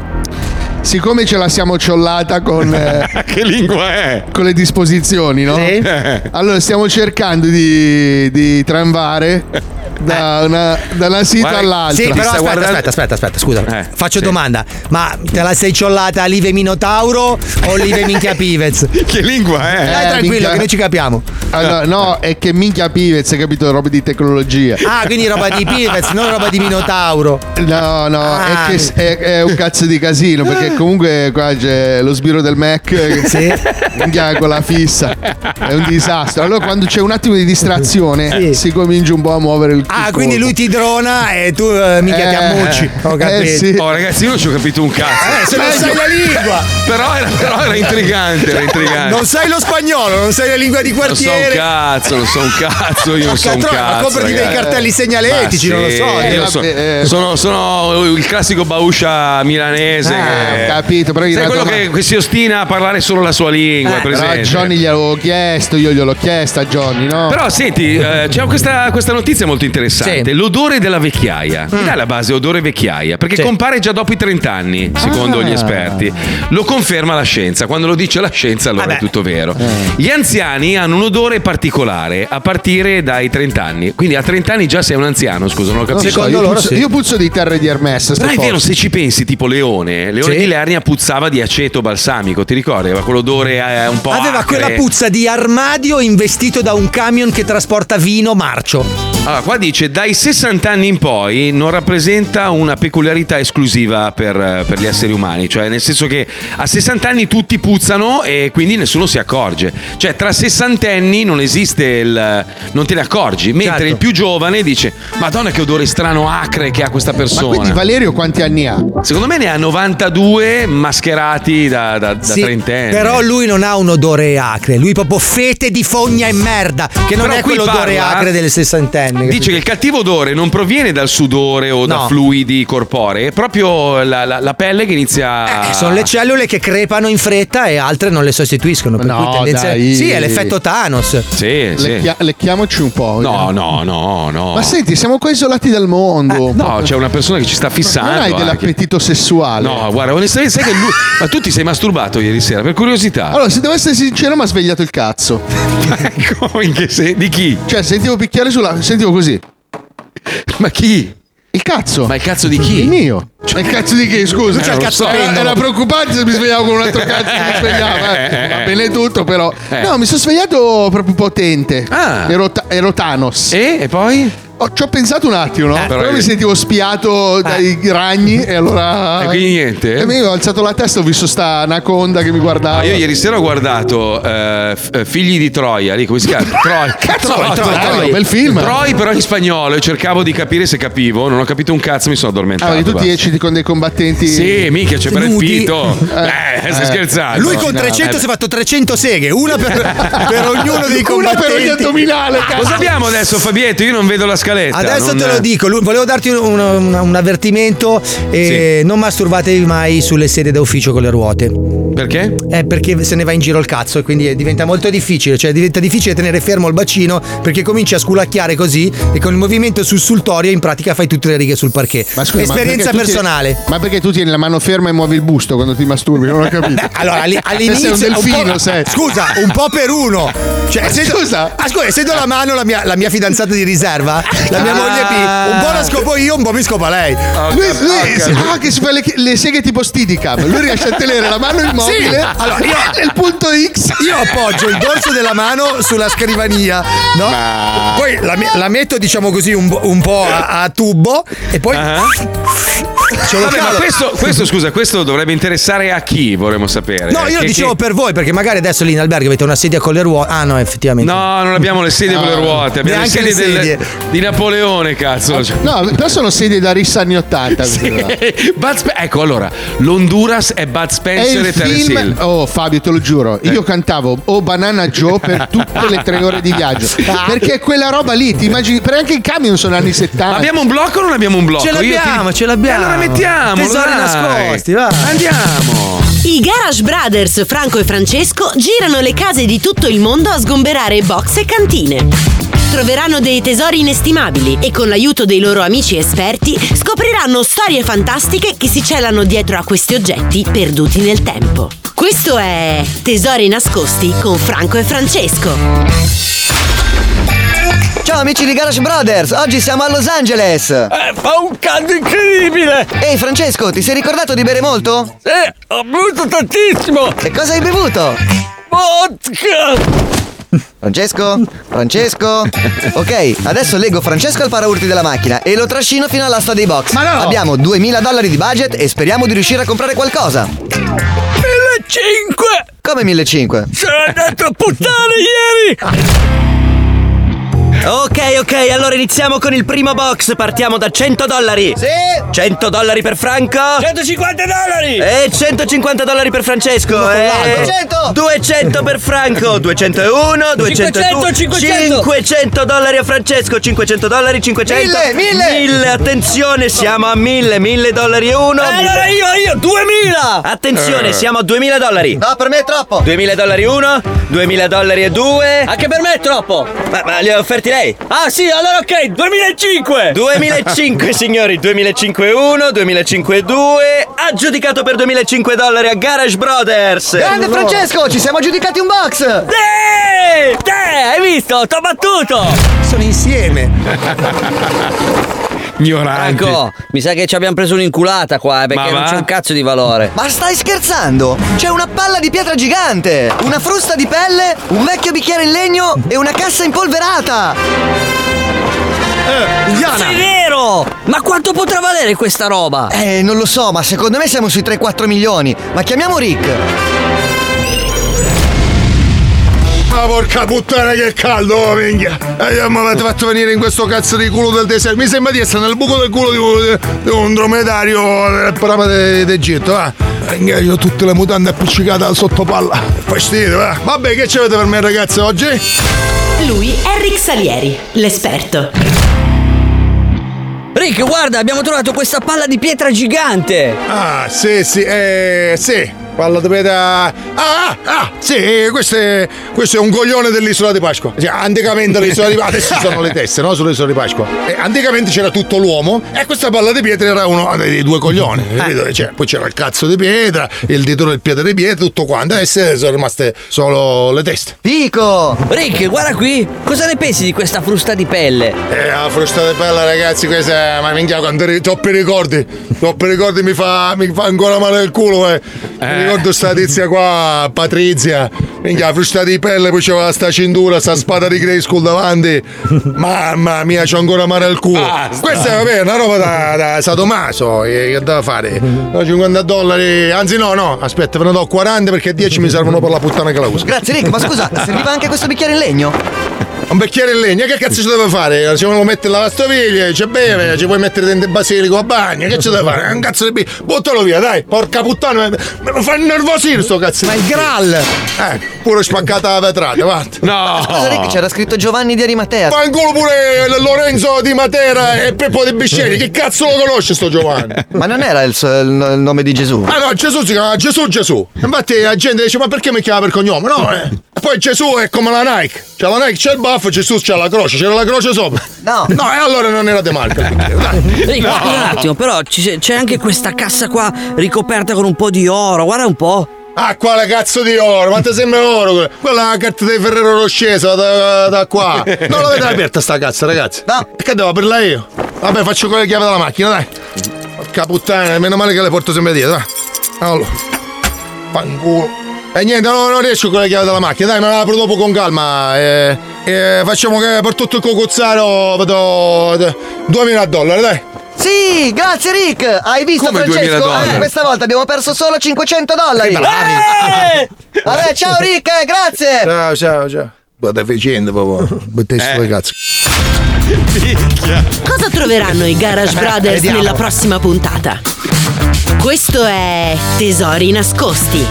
Siccome ce la siamo ciollata con, eh,
che lingua è?
con le disposizioni, no?
Sì.
Allora, stiamo cercando di, di tramvare da una, da una sita
Guarda-
all'altra.
Eh. Sì,
Mi
però
sta
aspetta,
guardando-
aspetta, aspetta, aspetta, scusa.
Eh,
Faccio
sì. Eh,
domanda. Ma te la sei ciollata a Live Minotauro o Live Minchia Pivez? Dai,
Che lingua è?
Eh,
tranquillo,
minchia.
che noi ci capiamo.
Allora, no, è che minchia Pivez, hai capito? Robe di tecnologia.
Ah, quindi roba di Pivez, non roba di Minotauro.
No, no,
Ah.
è che s- è, è un cazzo di casino perché Comunque qua c'è lo sbiro del Mac che
Sì.
minchia, con la fissa. È un disastro. Allora quando c'è un attimo di distrazione si comincia un po' a muovere il
Ah, quindi lui ti drona e tu eh, mica ti ammucci.
eh,
Ho capito.
Oh, ragazzi, io non ci ho capito un cazzo.
Eh, se non sai la lingua.
Però era, però era intrigante, era intrigante.
Cioè, Non sai lo spagnolo, non sai la lingua di
Non so un
quartiere.
cazzo, non so un cazzo, io non so un
Catrone, ma
cazzo.
copriti dei
ragazzi.
cartelli segnaletici,
Ma
non lo so,
sì,
eh,
io
vabbè,
so-
eh.
sono, sono il classico Bauscia milanese.
Ah,
che-
ho capito, però gli
Sai
dato
quello
una-
che, che si ostina a parlare solo la sua
Eh,
lingua, per
Però a
esempio.
Ah, Johnny gliel'avevo chiesto, io gliel'ho chiesta a Johnny, no?
Però senti, eh, c'è questa, questa notizia molto interessante. L'odore della vecchiaia. Mi dà la base odore vecchiaia, perché compare già dopo i 30 anni, secondo
Ah.
gli esperti. Lo conferma la scienza. Quando lo dice la scienza, allora è tutto vero. Gli anziani hanno un odore particolare a partire dai 30 anni. Quindi a 30 anni già sei un anziano, scusa, non ho
Non
capito.
lo so, io, puzzo, io puzzo di terre di Hermes. sto
Però è
posto.
vero, se ci pensi, tipo Leone, Leone
Sì.
di Lernia puzzava di aceto balsamico, ti ricordi? Aveva quell'odore eh, un po'.
Aveva
acre.
quella puzza di armadio investito da un camion che trasporta vino marcio.
Allora, qua dice dai 60 anni in poi non rappresenta una peculiarità esclusiva per, eh, per gli esseri umani, cioè nel senso che a 60 anni tutti puzzano e quindi nessuno si accorge. Cioè tra 60 anni non esiste il non te ne accorgi, mentre il più giovane dice "Madonna che odore strano acre che ha questa
Ma
persona".
quindi Valerio quanti anni ha?
Secondo me ne ha 92 mascherati da, da, da
Sì,
trentenni.
però lui non ha un odore acre, lui proprio fete di fogna e merda, che non
Però
è
qui
quell'odore
parla-
acre delle sessantenni.
Dice che il cattivo odore non proviene dal sudore o da
No.
fluidi corporei, è proprio la, la- la pelle che inizia.
Ah.
Eh, sono le cellule che crepano in fretta e altre non le sostituiscono. Per
No,
cui tendenza-
dai.
Sì, è l'effetto Thanos.
Sì,
Lecchia- lecchiamoci un po'. eh.
No, no, no, no.
Ma senti, siamo qua isolati dal mondo.
Eh, No, c'è una persona che ci sta fissando.
non hai
anche.
dell'appetito sessuale.
No, guarda, onestamente, sai che lui. Ma tu ti sei masturbato ieri sera, per curiosità.
Allora, se devo essere sincero, mi ha svegliato il cazzo.
Come? In che se- Di chi?
Cioè, sentivo picchiare sulla. Sentivo così.
Ma chi?
Il cazzo.
Ma il cazzo di chi?
Il mio. Cioè, il cazzo di chi? Scusa.
Eh, non lo so.
era, era preoccupante se mi svegliavo con un altro cazzo che mi svegliava. eh. Va bene tutto, però.
Eh. Ah.
No, mi sono svegliato proprio potente. Ero, ta- ero Thanos. Oh,
E, poi? Eh,
ci ho pensato un attimo, no?
però
però mi
io- Eh.
sentivo spiato dai ragni e allora.
E quindi niente?
E io ho alzato la testa e ho visto sta anaconda che mi guardava.
Ah, io ieri sera ho guardato eh, f- eh, Figli di Troia, lì come si chiama? Troia.
Cazzo,
Troia,
bello,
Troia, Troia.
bel film.
Troia però in spagnolo e cercavo di capire se capivo, non ho capito un cazzo, mi sono
Ah,
addormentato.
perché tu ti
basta.
ecciti con dei combattenti.
Sì, minchia, c'è Brad
nudi.
Pitt, oh. Eh, stai scherzando?
Lui con 300 si è fatto 300 seghe, una per, per ognuno dei
Eh Una per
combattenti.
ogni addominale, cazzo.
Cosa abbiamo adesso, Fabietto? Io non vedo la scaletta.
Adesso
non-
te lo dico, lui- volevo darti un, un- un avvertimento: eh, non masturbatevi mai sulle sedie da ufficio con le ruote.
Perché?
Eh, perché se ne va in giro il cazzo e quindi eh, diventa molto difficile, cioè diventa difficile tenere fermo il bacino perché cominci a sculacchiare così e con il movimento sussultorio in pratica fai tutte le righe sul parquet.
Ma scusa, ma
Esperienza
perché tu
personale.
tieni- ma perché tu tieni la mano ferma e muovi il busto quando ti masturbi? Non ho capito.
Allora, alli- all'inizio.
Sei un delfino,
po',
sei.
Scusa, un po' per uno. Cioè, essendo,
scusa.
Ah, scusa, essendo la mano la mia, la mia fidanzata di riserva, la mia
Ah.
moglie P, un po' la scopo io, un po' mi scopa lei.
Lui, lui- ah, che si fa le, le seghe tipo Steadicam. Lui riesce a tenere la mano immobile
Sì. Allora, io-
nel punto X.
Io appoggio il dorso della mano sulla scrivania, no? Poi la, me- la metto, diciamo così, un, po- un po' a, a tubo e poi.
Ah,
Ce lo
Vabbè, ma
calo.
questo, questo, scusa, questo dovrebbe interessare a chi vorremmo sapere.
No, io
Che-
lo dicevo
che-
per voi, perché magari adesso lì in albergo avete una sedia con le ruote. Ah, no, effettivamente.
No, non abbiamo le
Ah.
sedie con le
No,
ruote, abbiamo le
neanche
sedie,
le
del- di Napoleone, cazzo.
Ah, No, però sono sedie da rissa anni 80.
Bud Spe- ecco allora, l'Honduras è Bud
È
Spencer e,
il
Terence
film.
Hill.
Oh, Fabio, te lo giuro. Io cantavo Oh Banana Joe per tutte le tre ore di viaggio. Perché quella roba lì, ti immagini. Perché anche i camion sono anni 70.
Abbiamo un blocco o non abbiamo un blocco?
Ce
Io ti-
l'abbiamo, ce l'abbiamo.
E allora mettiamo.
Tesori
nascosti,
va. Andiamo.
I Garage Brothers Franco e Francesco girano le case di tutto il mondo a sgomberare box e cantine. Troveranno dei tesori inestimabili e con l'aiuto dei loro amici esperti scopriranno storie fantastiche che si celano dietro a questi oggetti perduti nel tempo. Questo è Tesori nascosti con Franco e Francesco.
Ciao amici di Garage Brothers, oggi siamo a Los Angeles! Eh, fa un caldo incredibile! Ehi Francesco, ti sei ricordato di bere molto? Sì, ho bevuto tantissimo! E cosa hai bevuto? Vodka!
Francesco? Francesco? Ok, adesso leggo Francesco al paraurti della macchina e lo trascino fino all'asta dei box. Ma no! Abbiamo 2000 dollari di budget e speriamo di riuscire a comprare qualcosa.
5!
Come 1500?
Sono andato a puttane ieri! Ok, ok, allora iniziamo con il primo box. Partiamo da 100 dollari.
Sì.
100 dollari per Franco. 150 dollari. E 150 dollari per Francesco. E
200.
200 per Franco. 201, 202.
500, 500.
500 dollari a Francesco. 500 dollari, 500.
1000, 1000.
1000, attenzione, siamo a 1000. 1000 dollari e uno.
Eh, allora io, io, 2000.
Attenzione,
Eh.
siamo a 2000 dollari.
No, per me è troppo.
2000 dollari uno, 2000 dollari e due. Anche per me è troppo. Ma, ma li ha offerti lei? Ah sì, allora ok, 2005. 2005 signori, 2005 1, 2005 2. Aggiudicato per 2005 dollari a Garage Brothers.
Grande Francesco, ci siamo giudicati un box!
Sì! Te, hai visto? T'ho battuto!
Sono insieme!
Ignoranti.
Franco, mi sa che ci abbiamo preso un'inculata qua, eh, perché
Ma
non
va?
c'è un cazzo di valore.
Ma stai scherzando? C'è una palla di pietra gigante, una frusta di pelle, un vecchio bicchiere in legno e una cassa impolverata! Eh,
Sì, è vero! Ma quanto potrà valere questa roba?
Eh, non lo so, ma secondo me siamo sui 3-4 milioni. Ma chiamiamo Rick.
Ma porca puttana che caldo, oh, minchia! E io mi avete fatto venire in questo cazzo di culo del deserto. Mi sembra di essere nel buco del culo di, un- di un dromedario del parama de- d'Egitto, va. Minchia, io ho tutte le mutande appiccicate al sottopalla. Fastidio, va. Ah, Vabbè, che ci avete per me, ragazzi, oggi?
Lui è Rick Salieri, l'esperto.
Rick, guarda, abbiamo trovato questa palla di pietra gigante!
Ah, sì, sì, eh, sì. Palla di pietra. Ah, ah, ah, sì, eh, questo è, questo è un coglione dell'isola di Pasqua. Cioè, anticamente l'isola di Pasqua. Adesso ci sono le teste, no? Sull'isola di Pasqua. Eh, anticamente c'era tutto l'uomo e questa palla di pietra era uno ah, dei due coglioni.
Eh.
capito? Cioè, poi c'era il cazzo di pietra, il dito del piede di pietra, tutto quanto. E se sono rimaste solo le teste.
Dico!
Rick, guarda qui! Cosa ne pensi di questa frusta di pelle?
Eh, la frusta di pelle, ragazzi, questa è. Ma minchia, quanto ri- troppi ricordi. Troppi ricordi mi fa, mi fa ancora male il culo, eh. Mi ricordo sta tizia qua, Patrizia. Minchia, la frusta di pelle, poi c'era sta cintura, sta spada di Grey School davanti. Mamma mia, c'ho ancora male il culo. Questa vabbè, è una roba da, da Sadomaso. eh, Che devo fare? No, 50 dollari. Anzi, no, no, aspetta, ve ne do 40 perché 10 mi servono per la puttana che la uso.
Grazie Rick, ma scusa, serviva anche questo bicchiere in legno?
Un bicchiere in legno, che cazzo ci deve fare? Ci vuole mettere la lavastoviglie, ci beve, ci puoi mettere dentro il basilico a bagno, che ci deve fare? È un cazzo di bi... Buttalo via, dai, porca puttana, mi, mi fa nervosire sto cazzo. Ma il Graal! Eh, pure spaccata la vetrata, guarda.
No!
Scusa Rick, c'era scritto Giovanni di Arimatea.
Fa in culo pure Lorenzo di Matera e Peppo di Bisceri, che cazzo lo conosce sto Giovanni?
Ma non era il, suo- il nome di Gesù?
Ah no, Gesù si chiama Gesù Gesù. Infatti la gente dice ma perché mi chiama per cognome? No, eh. E Poi Gesù è come la Nike. C'è la Nike, c'è il baffo, Gesù c'ha la croce, c'era la croce sopra.
No.
No, e allora non era De Marco.
Rick,
No.
scusa un attimo, però ci- c'è anche questa cassa qua ricoperta con un po' di oro, guarda un po'.
Ah, quale cazzo di oro? Ma ti sembra oro? quello? Quella è la carta dei Ferrero Roscesa da, da qua. Non l'avete aperta sta cazzo, ragazzi. No. Che devo aprirla io? Vabbè, faccio con le chiavi della macchina, dai. Porca puttana, meno male che le porto sempre dietro, dai. Allora. Fanculo. E niente, no, non riesco con le chiavi della macchina, dai, me la apro dopo con calma. eh, eh, facciamo che per tutto il cocuzzaro vedo eh, 2000 dollari, dai.
Sì, grazie Rick! Hai visto
Come 2000
Francesco?
dollari?
Eh, questa volta abbiamo perso solo 500 dollari!
Che bravi.
Vabbè, ciao Rick, eh, grazie!
Ciao, ciao, ciao. Guarda, vicenda, proprio. Eh. Mettessi le cazzo.
Cosa troveranno i Garage Brothers
Vediamo.
nella prossima puntata? Questo è Tesori nascosti.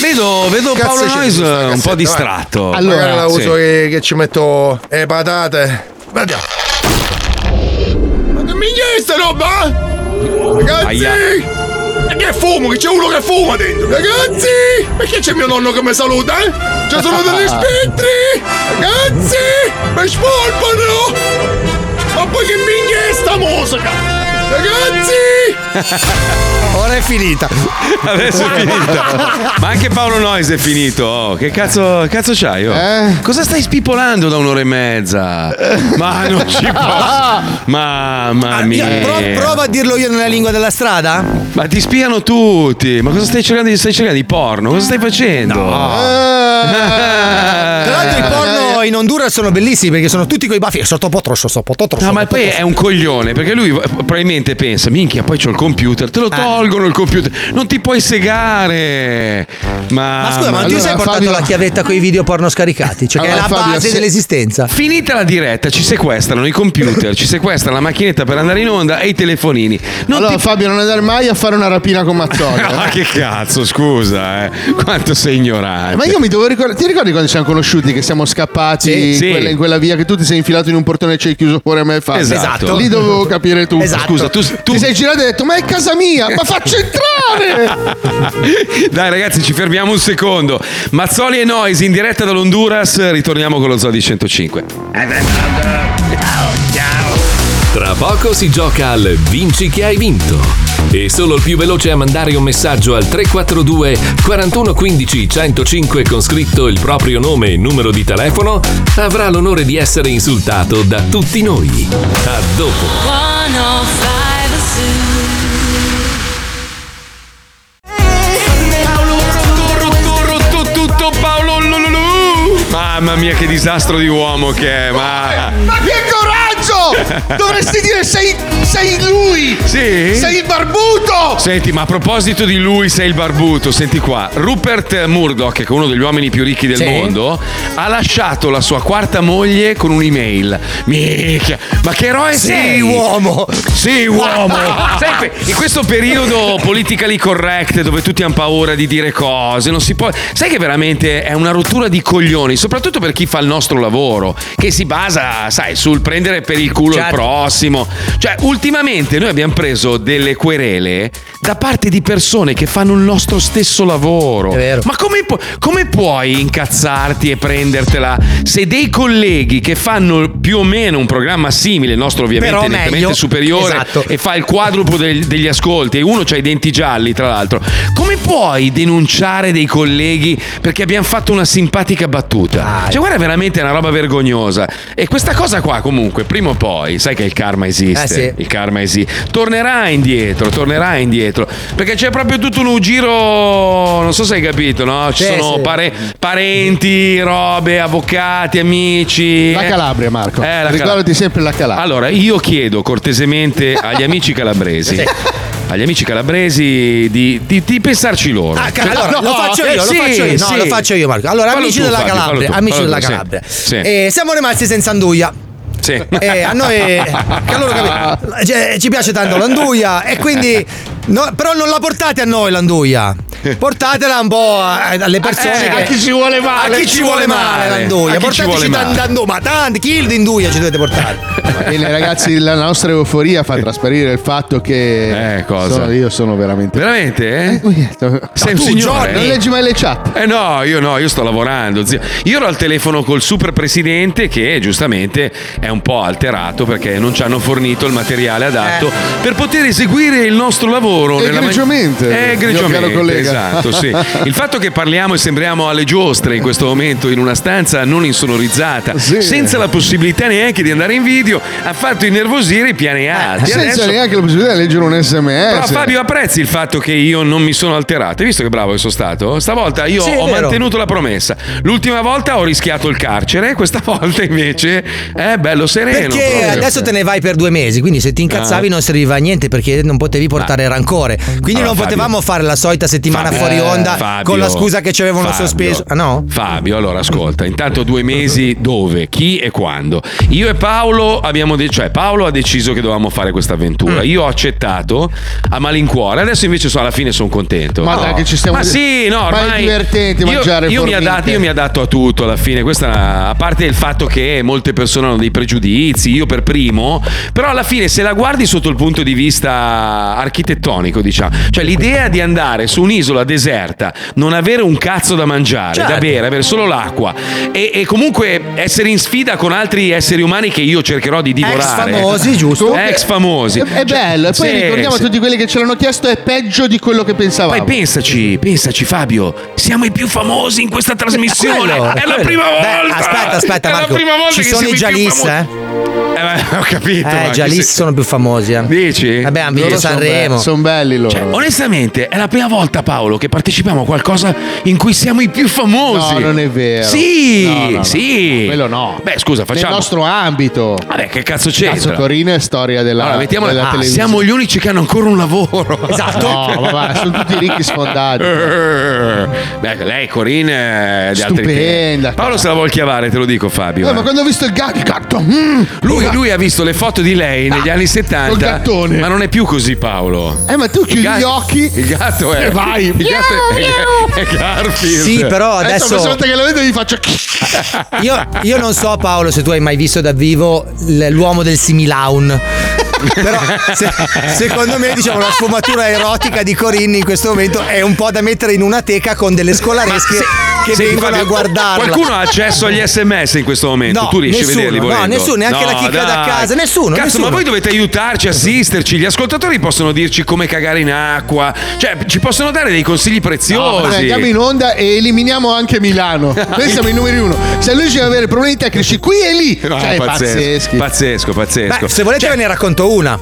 Vedo, vedo
Cazzo
Paolo
c'è
Noyes
questa
Eh,
un
cassetta,
po'
vai.
distratto.
Magari la
Sì.
uso che, che ci metto
eh,
le patate. Vediamo. Ma che minchia è sta roba? Ragazzi!
Aia.
Ma Che fumo, che c'è uno che fuma dentro! Ragazzi! Perché c'è mio nonno che mi saluta? Eh? Ci sono degli spettri! Ragazzi! Mi spolpano! Ma poi che minchia è sta musica? Ragazzi!
Ora è finita.
Adesso è finita. Ma anche Paolo Noyes è finito. oh. Che cazzo, cazzo c'hai? oh?
Eh?
Cosa stai spipolando da un'ora e mezza? Ma non ci posso. Mamma mia.
Pro- Ah, prova a dirlo io nella lingua della strada.
Ma ti spiano tutti. Ma cosa stai cercando? di- Stai cercando di porno? Cosa stai facendo?
Tra l'altro i porno in Honduras sono bellissimi perché sono tutti coi baffi. Sottopotro, sottopotro.
No, ma poi è un coglione perché lui probabilmente pensa: minchia, poi c'ho il computer, te lo
Ah.
tolgono il computer, non ti puoi segare. Ah, Ma,
Ma scusa, ma non ti sei portato la chiavetta con i video porno scaricati? Cioè, che è
Allora,
la
Fabio,
base
se-
dell'esistenza.
Finita la diretta, ci sequestrano i computer, ci sequestrano la macchinetta per andare in onda e i telefonini.
allora, Fabio, non andare mai a fare una rapina con eh. Mazzoli.
Ma Ah, che cazzo, scusa, eh. quanto sei ignorante.
Eh, Ma io mi devo ricordare. Ti ricordi quando ci siamo conosciuti? Che siamo scappati
Sì,
in,
sì.
Quella, in quella via che tu ti sei infilato in un portone e ci hai chiuso fuori a me e Fabio.
Esatto.
Lì dovevo capire tutto.
Esatto. Scusa, tu-
ti sei girato e hai detto: Ma è casa mia, ma faccio entrare!
Dai ragazzi, ci fermiamo un secondo. Mazzoli e Nois in diretta dall'Honduras, ritorniamo con lo Zoo di 105.
Tra poco si gioca al Vinci che hai vinto. E solo il più veloce a mandare un messaggio al 342 4115 105 con scritto il proprio nome e numero di telefono avrà l'onore di essere insultato da tutti noi. A dopo.
105
Tutto, tutto Paolo Lululu. Mamma mia, che disastro di uomo che è, ma.
Ma che coraggio! Dovresti dire sei, sei lui!
Sì?
Sei il barbuto!
Senti, ma a proposito di lui, sei il barbuto, senti qua. Rupert Murdoch, che è uno degli uomini più ricchi del
Sì.
mondo, ha lasciato la sua quarta moglie con un'email. Minchia, ma che eroe sei?
Sì, uomo.
Sì, uomo! Sai, in questo periodo politically correct, dove tutti hanno paura di dire cose, non si può. Sai che veramente è una rottura di coglioni, soprattutto per chi fa il nostro lavoro, che si basa, sai, sul prendere per il culo
Certo.
il prossimo. Cioè, ultimamente noi abbiamo preso delle querele da parte di persone che fanno il nostro stesso lavoro. Ma come, pu- come puoi incazzarti e prendertela se dei colleghi che fanno più o meno un programma simile, il nostro ovviamente
Però
nettamente
meglio.
superiore,
Esatto.
e fa il quadruplo del- degli ascolti e uno ha i denti gialli tra l'altro come puoi denunciare dei colleghi perché abbiamo fatto una simpatica battuta cioè guarda è veramente una roba vergognosa e questa cosa qua comunque prima o poi sai che il karma esiste
Eh, sì.
il karma esiste tornerà indietro tornerà indietro perché c'è proprio tutto un giro non so se hai capito no ci
Sì,
sono
sì.
pare- parenti robe avvocati amici
La Calabria, Marco.
Eh, la
Ricordati
Calabria.
sempre la Calabria.
allora, io chiedo cortesemente agli amici calabresi. Agli amici calabresi di, di- di pensarci loro.
Ah, ca-
Cioè,
allora,
no,
lo faccio
eh,
io,
sì,
lo faccio io, no,
sì.
lo faccio io Marco. Allora,
Fallo
amici
tu,
della
Fabio, fallo
Calabria,
tu,
amici
fallo
della
tu, sì,
Calabria.
sì.
Eh, siamo rimasti senza Anduia.
Sì.
Eh, a noi che a loro capi- cioè, ci piace tanto l'anduia e quindi no- però non la portate a noi l'anduia. Portatela un po' a- alle persone
Eh,
che-
a chi ci vuole male.
A chi ci vuole male l'anduia.
A chi ci
Portateci
vuole male.
andando, ma tanti kill di induia ci dovete portare.
Va bene, Eh,
Eh.
ragazzi, la nostra euforia fa trasparire il fatto che
Eh, cosa?
sono- io sono veramente. ecco.
Veramente? Eh? Sei un
Cioè, Tu,
signore.
Johnny, Non leggi mai le chat.
Eh no, io no, io sto lavorando, zio. Io ero al telefono col super presidente che giustamente è un po' alterato perché non ci hanno fornito il materiale adatto per poter eseguire il nostro lavoro. nella man-
Eh. Egregiamente,
Eh,
mio caro
egregiamente,
collega.
esatto, sì. Il fatto che parliamo e sembriamo alle giostre in questo momento in una stanza non insonorizzata, senza la possibilità neanche di andare in video, ha fatto innervosire i piani alti.
Senza
Adesso-
neanche la possibilità di leggere un
Eh,
sms.
però Fabio apprezzi il fatto che io non mi sono alterato. Hai visto che bravo che sono stato? Stavolta io
Sì, è
ho
vero.
mantenuto la promessa. L'ultima volta ho rischiato il carcere, questa volta invece è bello sereno.
Perché
proprio.
adesso te ne vai per due mesi, quindi se ti incazzavi
Ah.
non serviva a niente perché non potevi portare rancore. Quindi
Allora,
non
Fabio.
potevamo fare la solita settimana
Fabio.
fuori onda
Eh, Fabio.
con la scusa che ci avevano
Fabio.
sospeso. Ah no?
Fabio, allora ascolta, intanto due mesi dove, chi e quando. Io e Paolo abbiamo de- cioè Paolo ha deciso che dovevamo fare questa
Mm.
avventura. Io ho accettato a malincuore. Adesso invece so, alla fine sono contento.
Ma
No.
dai, che ci stiamo
Ma sì, no,
Ma è
ormai
divertente
io,
mangiare
io mi
formiche.
adatto, io mi adatto a tutto alla fine. Questa è una- a parte il fatto che molte persone hanno dei pregiudizi, io per primo, però alla fine se la guardi sotto il punto di vista architettonico, diciamo, cioè l'idea di andare su un'isola un'isola deserta, non avere un cazzo da mangiare,
Certo.
da bere, avere solo l'acqua e, e comunque essere in sfida con altri esseri umani che io cercherò di divorare.
famosi, giusto?
Ex famosi.
È, è
Cioè,
bello. E poi
sì,
ricordiamo a
sì.
tutti quelli che ce l'hanno chiesto, è peggio di quello che pensavamo.
Poi pensaci, pensaci Fabio, siamo i più famosi in questa trasmissione.
Eh, Quello,
è la
quello.
prima
Beh,
volta.
aspetta, aspetta,
È la
Marco.
prima volta
Ci
che
sono
siamo
i
i più
Jalis, eh?
famosi. Eh, ma ho capito.
Eh,
ma
già lì
chi se-
sono più famosi. Eh.
Dici?
Vabbè, hanno vinto
Loro son
Sanremo.
be- son
belli loro.
Onestamente, è la prima volta, Paolo, che partecipiamo a qualcosa in cui siamo i più famosi.
No, non è vero.
Sì,
No, no, no.
sì.
Quello no.
Beh, scusa,
Nel
facciamo.
nostro ambito.
Vabbè, che cazzo
Cazzo
c'entra?
Torino è storia della,
Allora, mettiamola-
della
Ah,
televisione.
siamo gli unici che hanno ancora un lavoro.
Esatto. No, vabbè, sono tutti ricchi sfondati.
Eh, Beh, lei, Corinne, è di altri
Stupenda,
tempi. Paolo se la vuol chiavare, te lo dico, Fabio.
Eh,
eh.
ma quando ho visto il gatto, il gatto, mm,
Lui, lui ha visto le foto di lei negli anni 70.
Ah, col gattone.
Ma non è più così, Paolo.
Eh, ma tu chiudi
gatto-
gli occhi.
Il gatto è.
E vai.
Il gatto è, è Garfield.
Sì, però
Adesso,
adesso.
la prossima volta che lo vedo gli faccio.
Io, io non so, Paolo, se tu hai mai visto da vivo l- l'uomo del Similaun. Però se- secondo me diciamo la sfumatura erotica di Corinne in questo momento è un po' da mettere in una teca con delle scolaresche che
Senti,
vengono
Fabio,
a guardarla.
Qualcuno ha accesso agli sms in questo momento?
No,
tu riesci
nessuno,
a vederli?
no,
volendo?
nessuno, neanche la chicca da
dai.
casa, nessuno,
Cazzo,
nessuno.
ma voi dovete aiutarci, assisterci. Gli ascoltatori possono dirci come cagare in acqua, cioè ci possono dare dei consigli
No, vabbè,
preziosi.
Ah, andiamo in onda e eliminiamo anche Milano. Noi siamo i numeri uno. Se lui ci deve avere problemi tecnici qui e lì,
No,
cioè, è pazzesco.
Ah, pazzesco, pazzesco, pazzesco.
Beh, se volete ve ne racconto una.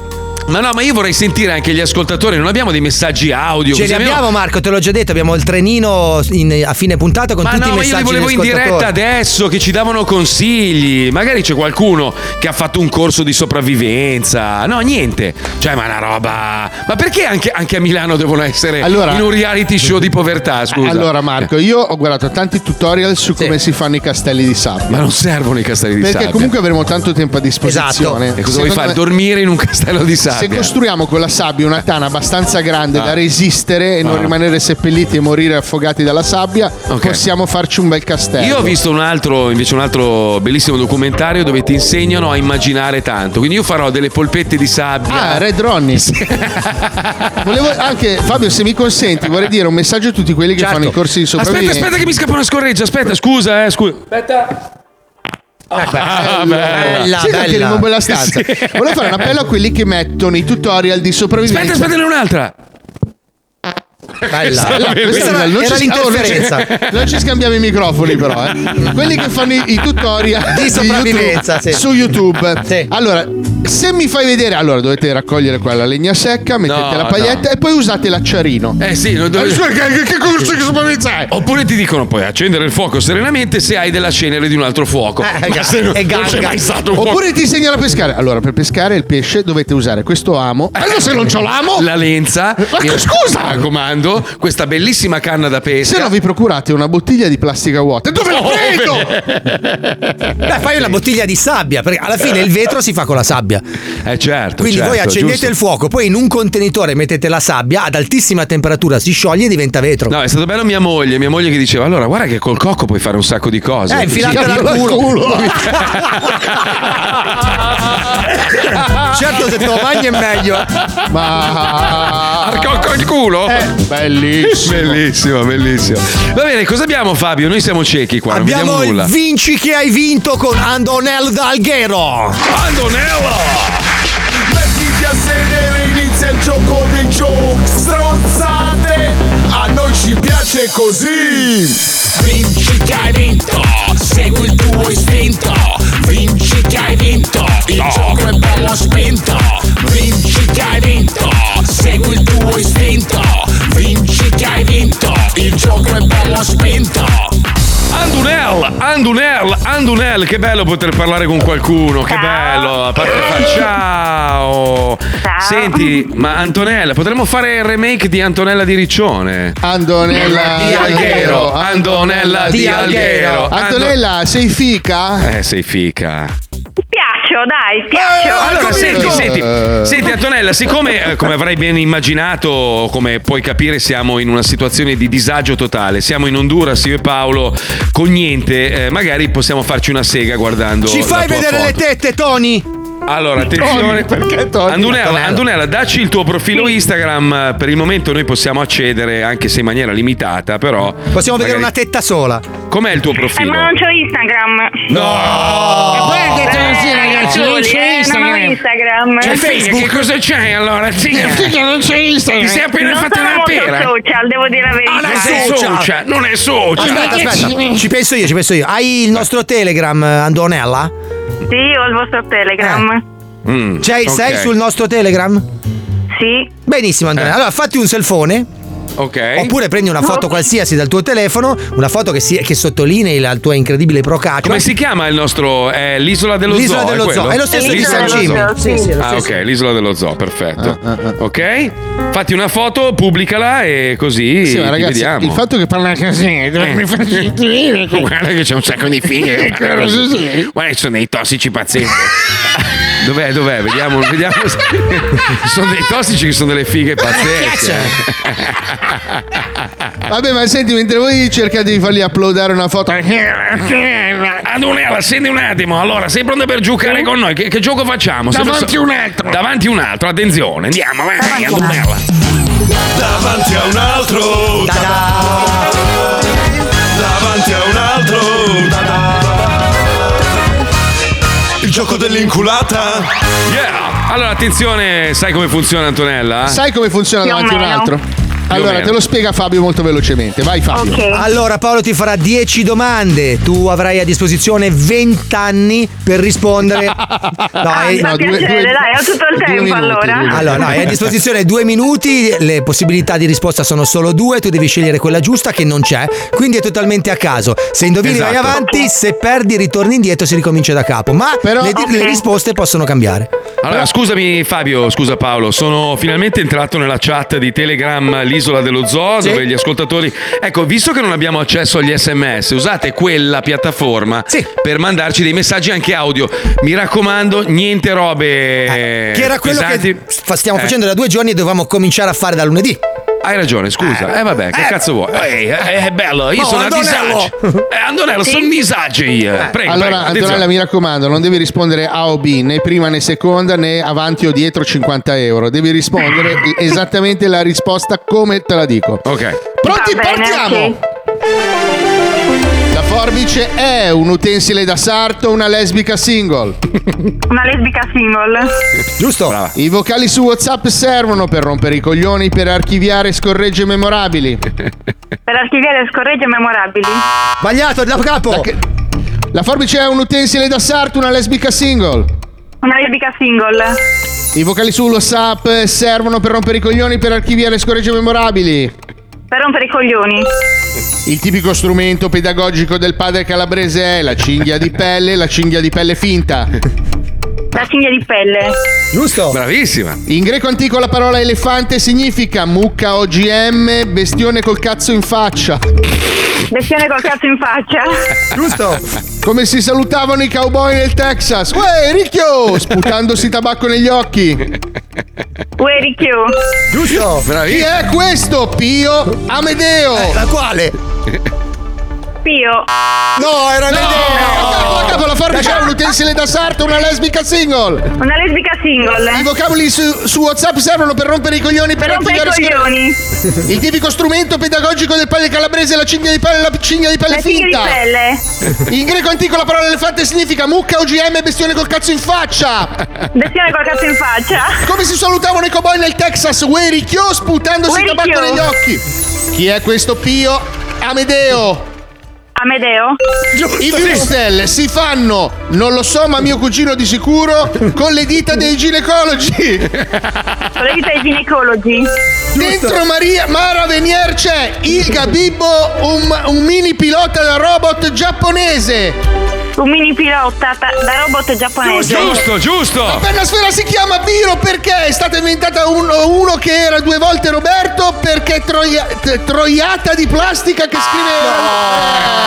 Ma no, ma io vorrei sentire anche gli ascoltatori. Non abbiamo dei messaggi audio.
Ce
così
li
almeno-
abbiamo Marco, te l'ho già detto, abbiamo il trenino in- a fine puntata con
Ma
tutti i
no, ma io li
messaggi
volevo in
degli
diretta
ascoltatori.
adesso che ci davano consigli. Magari c'è qualcuno che ha fatto un corso di sopravvivenza. No, niente. Cioè, ma è una roba. Ma perché anche, anche a Milano devono essere
Allora- Eh,
in un reality show di povertà? Scusa.
Allora, Marco, io ho guardato tanti tutorial su come si fanno i castelli di sabbia.
Ma non servono i castelli di
Perché
sabbia.
comunque avremo tanto tempo a disposizione.
Esatto. E cosa vuoi
Secondo
fare?
me-
Dormire in un castello di
Se
sabbia.
costruiamo con la sabbia una tana abbastanza grande
Ah.
da resistere e non
Ah.
rimanere seppelliti e morire affogati dalla sabbia,
Ok.
possiamo farci un bel castello.
Io ho visto un altro, invece un altro bellissimo documentario dove ti insegnano a immaginare tanto. Quindi io farò delle polpette di sabbia.
Ah, Red Ronnie. Volevo anche, Fabio, se mi consenti, vorrei dire un messaggio a tutti quelli che fanno i corsi di
Certo. aspetta,
sopravvivenza.
aspetta che mi scappa una scorreggia, aspetta, scusa, eh, scusa. Aspetta. Ah, bella.
Sì, perché in una bella stanza.
Sì.
Volevo fare un appello a quelli che mettono i tutorial di sopravvivenza.
Aspetta, aspetta, ne ho un'altra.
Bella,
Questa
questa
era-
era- non
era
ci-
l'interferenza.
oh, non ci- Non ci scambiamo i microfoni, però. eh. Quelli che fanno i, i tutorial
Di sopravvivenza,
YouTube-
sì.
su YouTube. Allora, se mi fai vedere, allora dovete raccogliere qua la legna secca, mettete
No,
la paglietta e poi usate l'acciarino.
Eh sì, lo devo-
Ma su, che, che corso di sopravvivenza è?
Oppure ti dicono puoi accendere il fuoco serenamente se hai della cenere di un altro fuoco.
Eh,
Ma
ga-
se non,
e
non c'è
ganga.
mai stato un
eh,
fuoco.
Oppure ti insegnano a pescare. Allora, per pescare il pesce dovete usare questo amo. Allora, se non c'ho l'amo,
Eh. La lenza.
Ma che
Mi-
scusa!
Mi raccomando, questa bellissima canna da pesca. Oh,
se no vi procurate una bottiglia di plastica vuota. Dove la prendo?
Beh, fai una bottiglia di sabbia, perché alla fine il vetro si fa con la sabbia.
Eh certo.
Quindi
certo,
voi accendete
giusto.
il fuoco, poi in un contenitore mettete la sabbia, ad altissima temperatura si scioglie e diventa vetro.
No, è stato bello mia moglie, mia moglie che diceva "Allora, guarda che col cocco puoi fare un sacco di cose".
Eh, infilatela al culo. certo, se te lo mangi è meglio.
Ma
Al cocco il culo?
Ah. Eh. bellissimo.
Bellissimo, bellissimo. Va bene, cosa abbiamo Fabio? Noi siamo ciechi qua, non
Abbiamo
vediamo
il
nulla.
vinci che hai vinto con Andonel Dalghero.
Andonello!
Mettiti a sedere, inizia il gioco dei giochi Stronzate, a noi ci piace così Vinci che hai vinto, segui il tuo istinto Vinci che hai vinto, il gioco è bello spinto Vinci che hai vinto, segui il tuo istinto Vinci che hai vinto, il gioco è bello spinto
Andunel, Andunel, Andunel, che bello poter parlare con qualcuno, che bello. A parte fa- ciao. Senti, ma Antonella, potremmo fare il remake di Antonella di Riccione?
Ah. Antonella
di Alghero, Antonella di Alghero.
Antonella, sei fica?
Eh, sei fica.
Piaccio, dai, piaccio.
Allora, Eh, senti, senti, senti, Antonella, siccome eh, come avrai ben immaginato, come puoi capire, siamo in una situazione di disagio totale. Siamo in Honduras, io e Paolo, con niente, eh, magari possiamo farci una sega guardando.
Ci
la
fai
tua
vedere
foto.
le tette, Tony?
Allora, attenzione.
Tony, perché Tony?
Andunella,
Antonella.
Andunella, dacci il tuo profilo Instagram. Per il momento noi possiamo accedere, anche se in maniera limitata, però.
Possiamo vedere una
magari-
tetta sola.
Com'è il tuo
Eh,
profilo?
ma non c'ho Instagram.
No!
Eh, Giulia, Non ho Instagram.
C'è Facebook? Che cosa c'è allora? Zia?
Figa, non c'è Instagram.
Ti sei appena
non
fatta
sono
una
molto
pera? Ah,
social, devo dire la verità.
non sei social, non è social.
Eh, Aspetta, aspetta, ci penso io, ci penso io. Hai il nostro Telegram, eh, Andonella?
Sì, ho il vostro Telegram.
Mm,
Cioè, sei
ok.
sul nostro Telegram?
Sì.
Benissimo, Andrea. Allora, fatti un selfone.
Eh. Ok.
Oppure prendi una foto qualsiasi dal tuo telefono, una foto che, si- che sottolinei la tua incredibile procaccia.
Come si chiama il nostro? È l'isola dello
L'isola
zoo.
dello zoo,
quello?
è lo stesso di
L'isola
San Ah,
dello
Gimignano.
zoo.
Sì, sì, è lo
ah,
stesso.
ok, l'isola dello zoo, perfetto. Ok? Fatti una foto, pubblicala e così
Sì, ma
ti
ragazzi,
vediamo. Eh.
il fatto che parla così eh, dove mi fa sentire che-
Guarda che c'è un sacco di fighe.
Quello sì.
Guarda che sono dei tossici pazienti. Dov'è, dov'è? Vediamo, vediamo. se- sono dei tossici che sono delle fighe pazzesche.
Vabbè, ma senti, mentre voi cercate di fargli uploadare una foto.
Adunella, senti un attimo. Allora, sei pronta per giocare con noi? Che, che gioco facciamo?
Davanti
un altro. Davanti un altro, attenzione. Andiamo, vai, Adunella.
Davanti a un altro. Davanti a un altro. Il gioco dell'inculata.
Yeah. Allora, attenzione, sai come funziona Antonella?
Sai come funziona
Più o
davanti a un
meno.
altro?
o
Allora,
meno.
te lo spiega Fabio molto velocemente. Vai, Fabio.
Allora Paolo ti farà 10 domande, tu avrai a disposizione 20 anni per rispondere. No,
Ah, mi fa piacere, dai, ho tutto il
due
tempo
minuti,
allora.
due minuti.
Allora, no, hai a disposizione due minuti, le possibilità di risposta sono solo due, tu devi scegliere quella giusta che non c'è, quindi è totalmente a caso. Se indovini vai
Esatto.
avanti, se perdi ritorni indietro, si ricomincia da capo, ma le, di- le risposte possono cambiare.
Allora, scusami Fabio, scusa Paolo, sono finalmente entrato nella chat di Telegram L'isola dello zoo, dove gli ascoltatori... Ecco, visto che non abbiamo accesso agli sms, usate quella piattaforma per mandarci dei messaggi anche audio. Mi raccomando, niente robe...
Eh, che era quello
Eh, pesanti.
che fa- stiamo
Eh,
facendo da due giorni e dovevamo cominciare a fare da lunedì.
Hai ragione, scusa. Eh, vabbè, che cazzo vuoi? Ehi, eh, è bello, io
Oh,
sono a
Antonello!
disagio. Eh, Antonello, sono a disagio io.
Eh.
Prego, prego,
allora,
attenzione.
Antonella, mi raccomando, non devi rispondere A o B, né prima né seconda, né avanti o dietro 50 euro. Devi rispondere esattamente la risposta come te la dico.
Ok.
Pronti,
Va bene,
partiamo!
ok.
La forbice è un utensile da sarto, una lesbica single.
Una lesbica single.
Giusto?
I vocali su WhatsApp servono per rompere i coglioni, per archiviare scorregge memorabili.
Per archiviare scorregge memorabili.
Sbagliato, da capo!
La forbice è un utensile da sarto, una lesbica single.
Una lesbica single.
I vocali su WhatsApp servono per rompere i coglioni, per archiviare scorregge memorabili.
Per rompere i coglioni.
Il tipico strumento pedagogico del padre calabrese è la cinghia di pelle, la cinghia di pelle finta.
La cinghia di pelle.
Giusto?
Bravissima.
In greco antico la parola elefante significa mucca OGM, bestione col cazzo in faccia.
Bestione col cazzo in faccia.
Giusto?
Come si salutavano i cowboy nel Texas? Uè, ricchio! Sputandosi tabacco negli occhi.
Uè, ricchio.
Giusto?
Chi è questo? Pio Amedeo.
la quale?
Pio.
No, era
no! Capo, a capo, la forbice è un utensile da sarto, una lesbica single.
Una lesbica single.
I vocabili su, su WhatsApp servono per rompere i coglioni, per
Per rompere i
archiviare
coglioni.
scorregge. Il tipico strumento pedagogico del padre calabrese è la cinghia di pelle, la cinghia di pelle
La cinghia di
finta.
pelle.
In greco antico la parola elefante significa mucca OGM bestione col cazzo in faccia.
Bestione col cazzo in faccia.
Come si salutavano i cowboy nel Texas? Uè, ricchio, sputandosi
Uè,
il tabacco
ricchio.
negli occhi. Chi è questo Pio? Amedeo.
Amedeo.
I Würstel si fanno, non lo so, ma mio cugino di sicuro, con le dita dei ginecologi.
Con le dita ai ginecologi.
Dentro Maria Mara Venier c'è il Gabibbo, un, un mini pilota da robot giapponese.
Un mini pilota ta- da robot giapponese.
Giusto, giusto.
Penna sfera si chiama Viro perché è stata inventata un- uno che era due volte Roberto perché è troia- t- troiata di plastica che scriveva.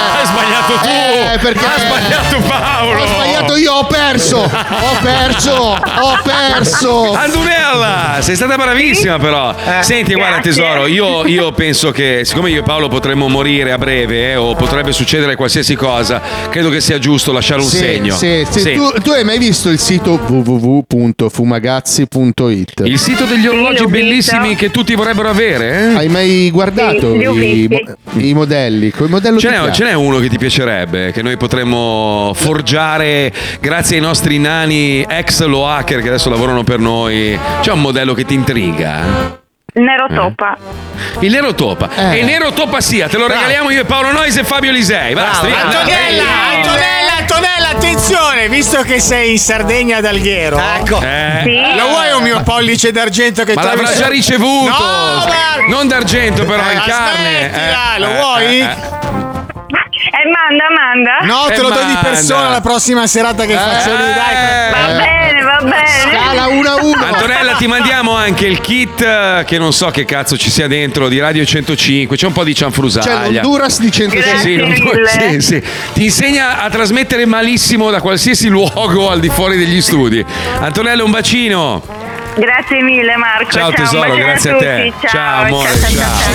Ah, Hai sbagliato tu.
Eh, perché
Ha sbagliato Paolo.
Ho sbagliato io, ho perso. Ho perso. Ho perso.
Andunella, Ah, sei stata bravissima però. Senti, guarda
Eh, Grazie.
tesoro, io, io penso che siccome io e Paolo potremmo morire a breve eh, o potrebbe succedere qualsiasi cosa, credo che sia giusto giusto lasciare un
Sì,
segno.
sì, sì.
Sì.
Tu, tu hai mai visto il sito www.fumagazzi.it?
Il sito degli orologi
l'ho
bellissimi che tutti vorrebbero avere? eh?
Hai mai guardato
Sì, li ho
i,
visti.
mo- i modelli? Col modello
Ce
ti
n'è,
piace?
ce n'è uno che ti piacerebbe, che noi potremmo forgiare grazie ai nostri nani ex lo hacker che adesso lavorano per noi. C'è un modello che ti intriga?
Nero toppa.
Eh? Il Nero Topa.
Eh.
E il Nero Topa sia, te lo regaliamo io e Paolo Nois e Fabio Lisei. Va, stri-
Antonella, Antonella, Antonella, attenzione, visto che sei in Sardegna d'Alghero. Ecco.
Eh.
Sì.
Lo vuoi un mio pollice d'argento che
Ma
trovi
l'avrà
su-
già ricevuto!
No, ma-
Non d'argento però, in
Eh,
carne!
aspettila,
Eh,
lo
eh,
vuoi?
eh, eh.
E Eh, manda, manda.
No, te
Eh,
lo do di
manda.
persona la prossima serata
Eh.
che faccio lì, dai.
Va bene, va bene.
Scala uno a uno.
Antonella, ti mandiamo anche il kit eh, che non so che cazzo ci sia dentro di Radio 105, c'è un po' di
C'è
cianfrusaglia.
l'Honduras di 105.
Sì, l'Honduras- sì, sì. Ti insegna a trasmettere malissimo da qualsiasi luogo al di fuori degli studi. Antonella, un bacino.
Grazie mille Marco.
Ciao,
un
tesoro,
bacione
grazie a
tutti.
te.
Ciao,
amore. Ciao,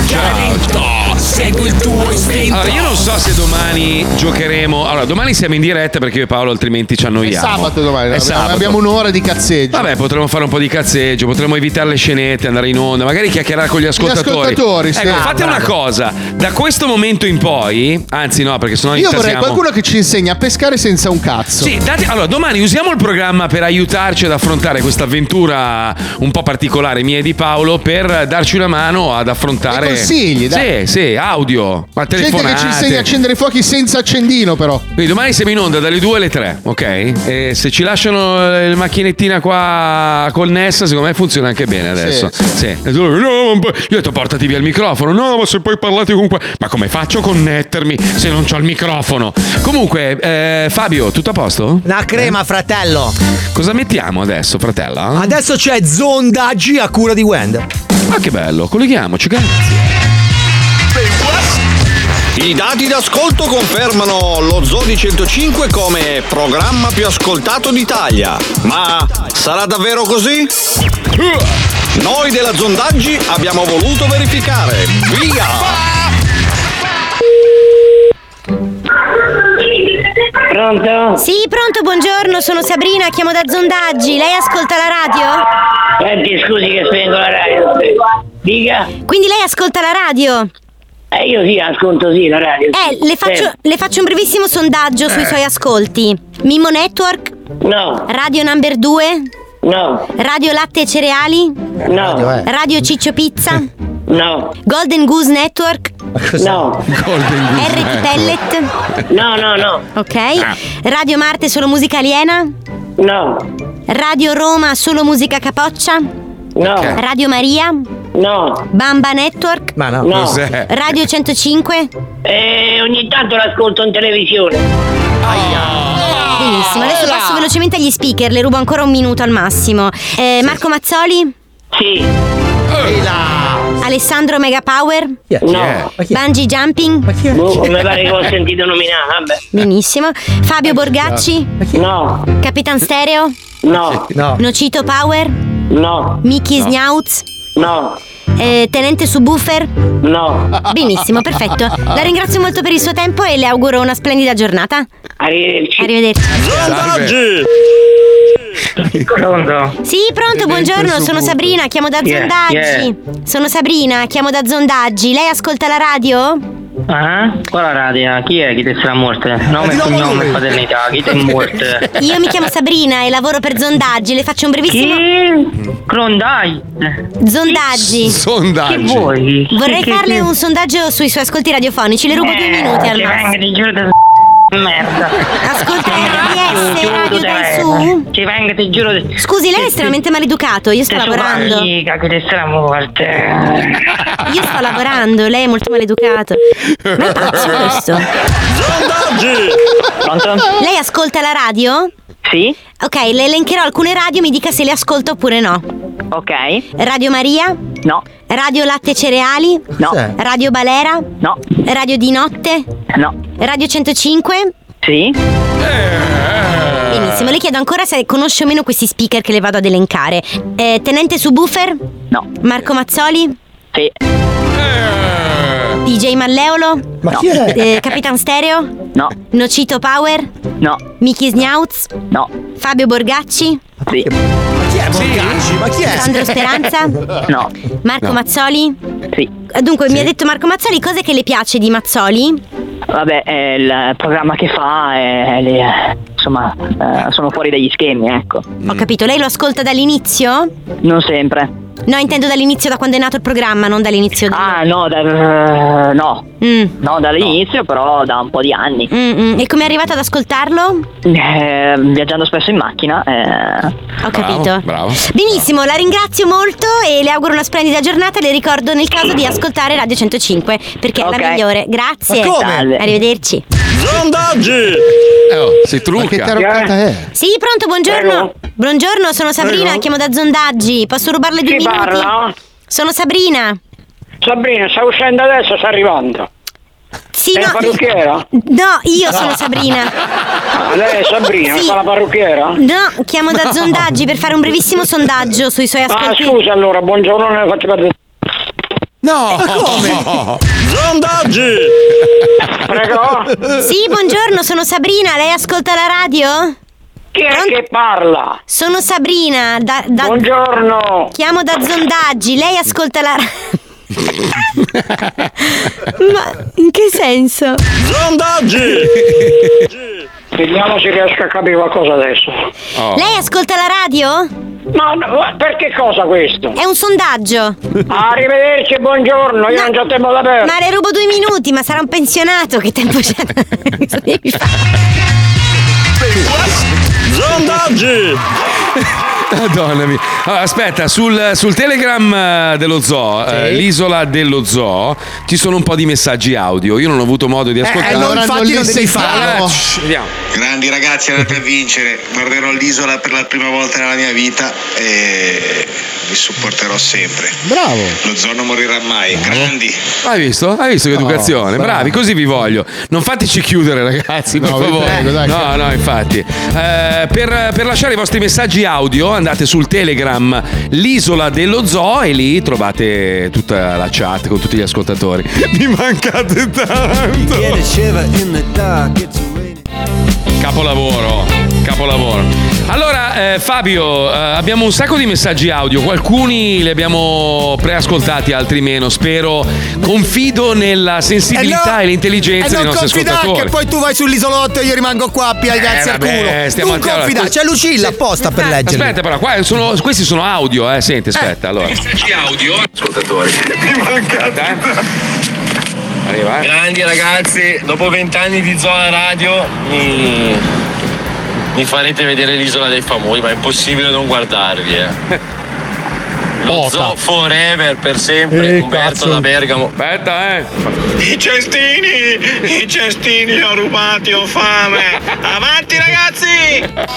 ciao.
Segui il tuo istinto.
Allora, io non so se domani giocheremo. Allora, domani siamo in diretta perché io e Paolo altrimenti ci
È
annoiamo.
sabato domani,
È
abbiamo-
sabato.
abbiamo un'ora di cazzeggio.
Vabbè, potremmo fare un po' di cazzeggio, potremmo evitare le scenette, andare in onda, magari chiacchierare con gli ascoltatori.
ascoltatori, sì. Ah,
ecco, fate
Bravo.
una cosa, da questo momento in poi, anzi no, perché sennò
Io vorrei
incasiamo-
qualcuno che ci insegna a pescare senza un cazzo.
Sì, date- allora domani usiamo il programma per aiutarci ad affrontare questa avventura un po' particolare mia e di Paolo per darci una mano ad affrontare
Dei consigli, dai.
Sì, sì, audio, ma
Gente che ci insegna a
telefonate.
accendere i fuochi senza accendino, però.
Quindi domani siamo in onda dalle 2 alle 3, ok? E se ci lasciano eh, la macchinettina qua connessa, secondo me funziona anche bene adesso. Sì. E tu, no, ma un po'-" Io ho detto portati via il microfono. No, ma se poi parlate con qua. Ma come faccio a connettermi se non ho il microfono? Comunque, eh, Fabio, tutto a posto? Eh?
La crema, fratello.
Cosa mettiamo adesso, fratella?
Adesso c'è zondaggi a cura di Wend.
Ma Ah, che bello, colleghiamoci, grazie.
I dati d'ascolto confermano lo Zodi 105 come programma più ascoltato d'Italia. Ma sarà davvero così?
Uh.
Noi della Zondaggi abbiamo voluto verificare. Via!
Pronto?
Sì, pronto, buongiorno, sono Sabrina, chiamo da Zondaggi. Lei ascolta la radio?
Senti, scusi che spengo la radio. Dica.
Quindi lei ascolta la radio?
Eh, io sì, ascolto sì la radio.
Eh, le faccio, le faccio un brevissimo sondaggio sui
Eh.
suoi ascolti. Mimmo Network?
No.
Radio Number 2?
No.
Radio Latte e Cereali?
No.
Radio Ciccio Pizza?
No.
Golden Goose Network?
No.
RT Pellet?
No, no, no.
Ok. Radio Marte solo musica aliena?
No.
Radio Roma solo musica capoccia?
No.
Radio Maria?
No.
Bamba Network?
Ma no. No. Cos'è?
Radio 105?
Eh, ogni tanto l'ascolto in televisione.
Benissimo, adesso passo velocemente agli speaker, le rubo ancora un minuto al massimo. Eh, Marco Mazzoli?
Sì.
Alessandro Megapower?
è? No. Yeah.
Bungee Jumping?
Boh, mi pare che ho sentito nominare, vabbè.
Benissimo. Fabio Borgacci?
No.
Capitan Stereo?
No.
No.
Nocito Power?
No.
Mickey
No.
Snauz?
No.
Eh, tenente Subwoofer?
No.
Benissimo, perfetto. La ringrazio molto per il suo tempo e le auguro una splendida giornata.
Arrivederci.
Arrivederci.
Zondaggi! Pronto?
Sì, pronto, buongiorno, sono Sabrina, chiamo da
Yeah,
Zondaggi. Sono Sabrina, chiamo da Zondaggi. Lei ascolta la radio?
Ah? Qual la radio? Chi è che te sarà morte? Nome e cognome e paternità, chi te è morte?
Io mi chiamo Sabrina e lavoro per Zondaggi, le faccio un brevissimo.
Crondai.
Sondaggi.
Sondaggi.
Che vuoi?
Vorrei
Che- che-
farle
che-
un sondaggio sui suoi ascolti radiofonici, le rubo due minuti al
che venga
massimo.
di giuro da merda.
Ascolta RDS, Radio del Su.
Ci venga, ti giuro.
Scusi,
Eh,
lei è estremamente maleducato, io sto lavorando.
Mica che te sarà morte.
Io sto lavorando, lei è molto maleducato. Ma è pazzo questo. Lei ascolta la radio?
Sì.
Ok, le elencherò alcune radio, mi dica se le ascolta oppure no.
Ok.
Radio Maria?
No.
Radio Latte e Cereali?
No. Cos'è?
Radio Balera?
No.
Radio Di Notte?
No.
Radio 105?
Sì.
Eh,
Benissimo, le chiedo ancora se conosce o meno questi speaker che le vado ad elencare. Eh, Tenente Subwoofer?
No.
Marco Mazzoli?
Sì.
DJ Malleolo?
Ma chi è?
Eh, Capitan Stereo?
No.
Nocito Power?
No.
Miki Sniauz?
No.
Fabio Borgacci?
Sì.
Ma chi è
Borgacci?
Ma
chi è?
Sandro Speranza?
No.
Marco
No.
Mazzoli?
Sì.
Dunque, mi ha detto Marco Mazzoli cose che le piace di Mazzoli?
Vabbè, eh, il programma che fa è, è lì, eh, insomma, eh, sono fuori dagli schemi, ecco.
Ho capito, lei lo ascolta dall'inizio?
Non sempre.
No, intendo dall'inizio da quando è nato il programma, non dall'inizio di...
Ah, no, da- eh, no. No, dall'inizio, però da un po' di anni.
Mm, mm. E come è arrivato ad ascoltarlo?
Eh, viaggiando spesso in macchina. eh. Ho
capito.
Bravo.
Benissimo, la ringrazio molto e le auguro una splendida giornata. Le ricordo nel caso di ascoltare Radio 105 perché è la migliore. Grazie.
Ma come? Salve.
Arrivederci.
Sondaggi!
Eh, oh, si trucca.
Ma che taroccata
eh.
è?
Sì, pronto, buongiorno. Buongiorno, sono Sabrina,
Prego.
chiamo da Zondaggi. Posso rubarle due
Chi
minuti?
parla?
Sono Sabrina.
Sabrina, sta uscendo adesso, sta arrivando.
Sì,
È
no.
la parrucchiera?
No, io sono Sabrina.
Ah, lei è Sabrina,
Sì.
fa la parrucchiera?
No, chiamo da Zondaggi per fare un brevissimo sondaggio sui suoi
Ah,
ascolti.
scusa allora, buongiorno, ne faccio perdere.
No!
Ma
Oh.
come?
Sondaggi!
Prego?
Sì, buongiorno, sono Sabrina, lei ascolta la radio?
Chi è che parla?
Sono Sabrina, da, da-
Buongiorno.
Chiamo da Zondaggi, lei ascolta la radio. Ma in che senso?
Vediamo se riesco a capire qualcosa adesso.
Oh.
Lei ascolta la radio?
Ma no, per che cosa questo?
È un sondaggio.
Arrivederci, buongiorno, io non c'ho tempo da perdere.
Ma le rubo due minuti, ma sarà un pensionato, che tempo c'è? Cosa devi fare?
Sondaggi!
Madonna mia. Allora, aspetta, sul, sul telegram eh, dello zoo, eh, l'isola dello zoo, ci sono un po' di messaggi audio. Io Eh, non ho avuto modo di
Ecco,
ascoltare.
Grandi ragazzi, era per vincere. Guarderò l'isola per la prima volta nella mia vita e vi supporterò sempre.
Bravo.
Lo zoo non morirà mai.
Eh?
Grandi.
Hai visto? Hai visto che educazione?
bravo.
Bravi, così vi voglio. Non fateci chiudere, ragazzi, per
No, vi
favore.
prego, dai.
no, no, infatti. Eh, per, per lasciare i vostri messaggi audio andate sul Telegram l'isola dello zoo e lì trovate tutta la chat con tutti gli ascoltatori. Mi mancate tanto. Capolavoro, capolavoro. Allora, eh, Fabio, eh, abbiamo un sacco di messaggi audio, alcuni li abbiamo preascoltati, altri meno. Spero, confido nella sensibilità e,
E
l'intelligenza dei
Eh, non
nostri
confidare che
ascoltatori.
poi tu vai sull'isolotto e io rimango qua a piagliarsi
Eh,
al
vabbè,
culo.
stiamo
Non
attenti.
confidare,
Allora,
c'è Lucilla apposta per leggerli.
Aspetta, però, qua sono- questi sono audio, eh. Senti, aspetta, allora.
Messaggi audio. Ascoltatori.
Arriva, eh.
Grandi ragazzi, dopo vent'anni di zona radio mi, mi farete vedere l'isola dei famosi, ma è impossibile non guardarvi. Eh. Lo zoo forever, per sempre, Umberto da Bergamo.
Aspetta, eh.
I cestini, i cestini li ho rubati, ho fame. Avanti ragazzi!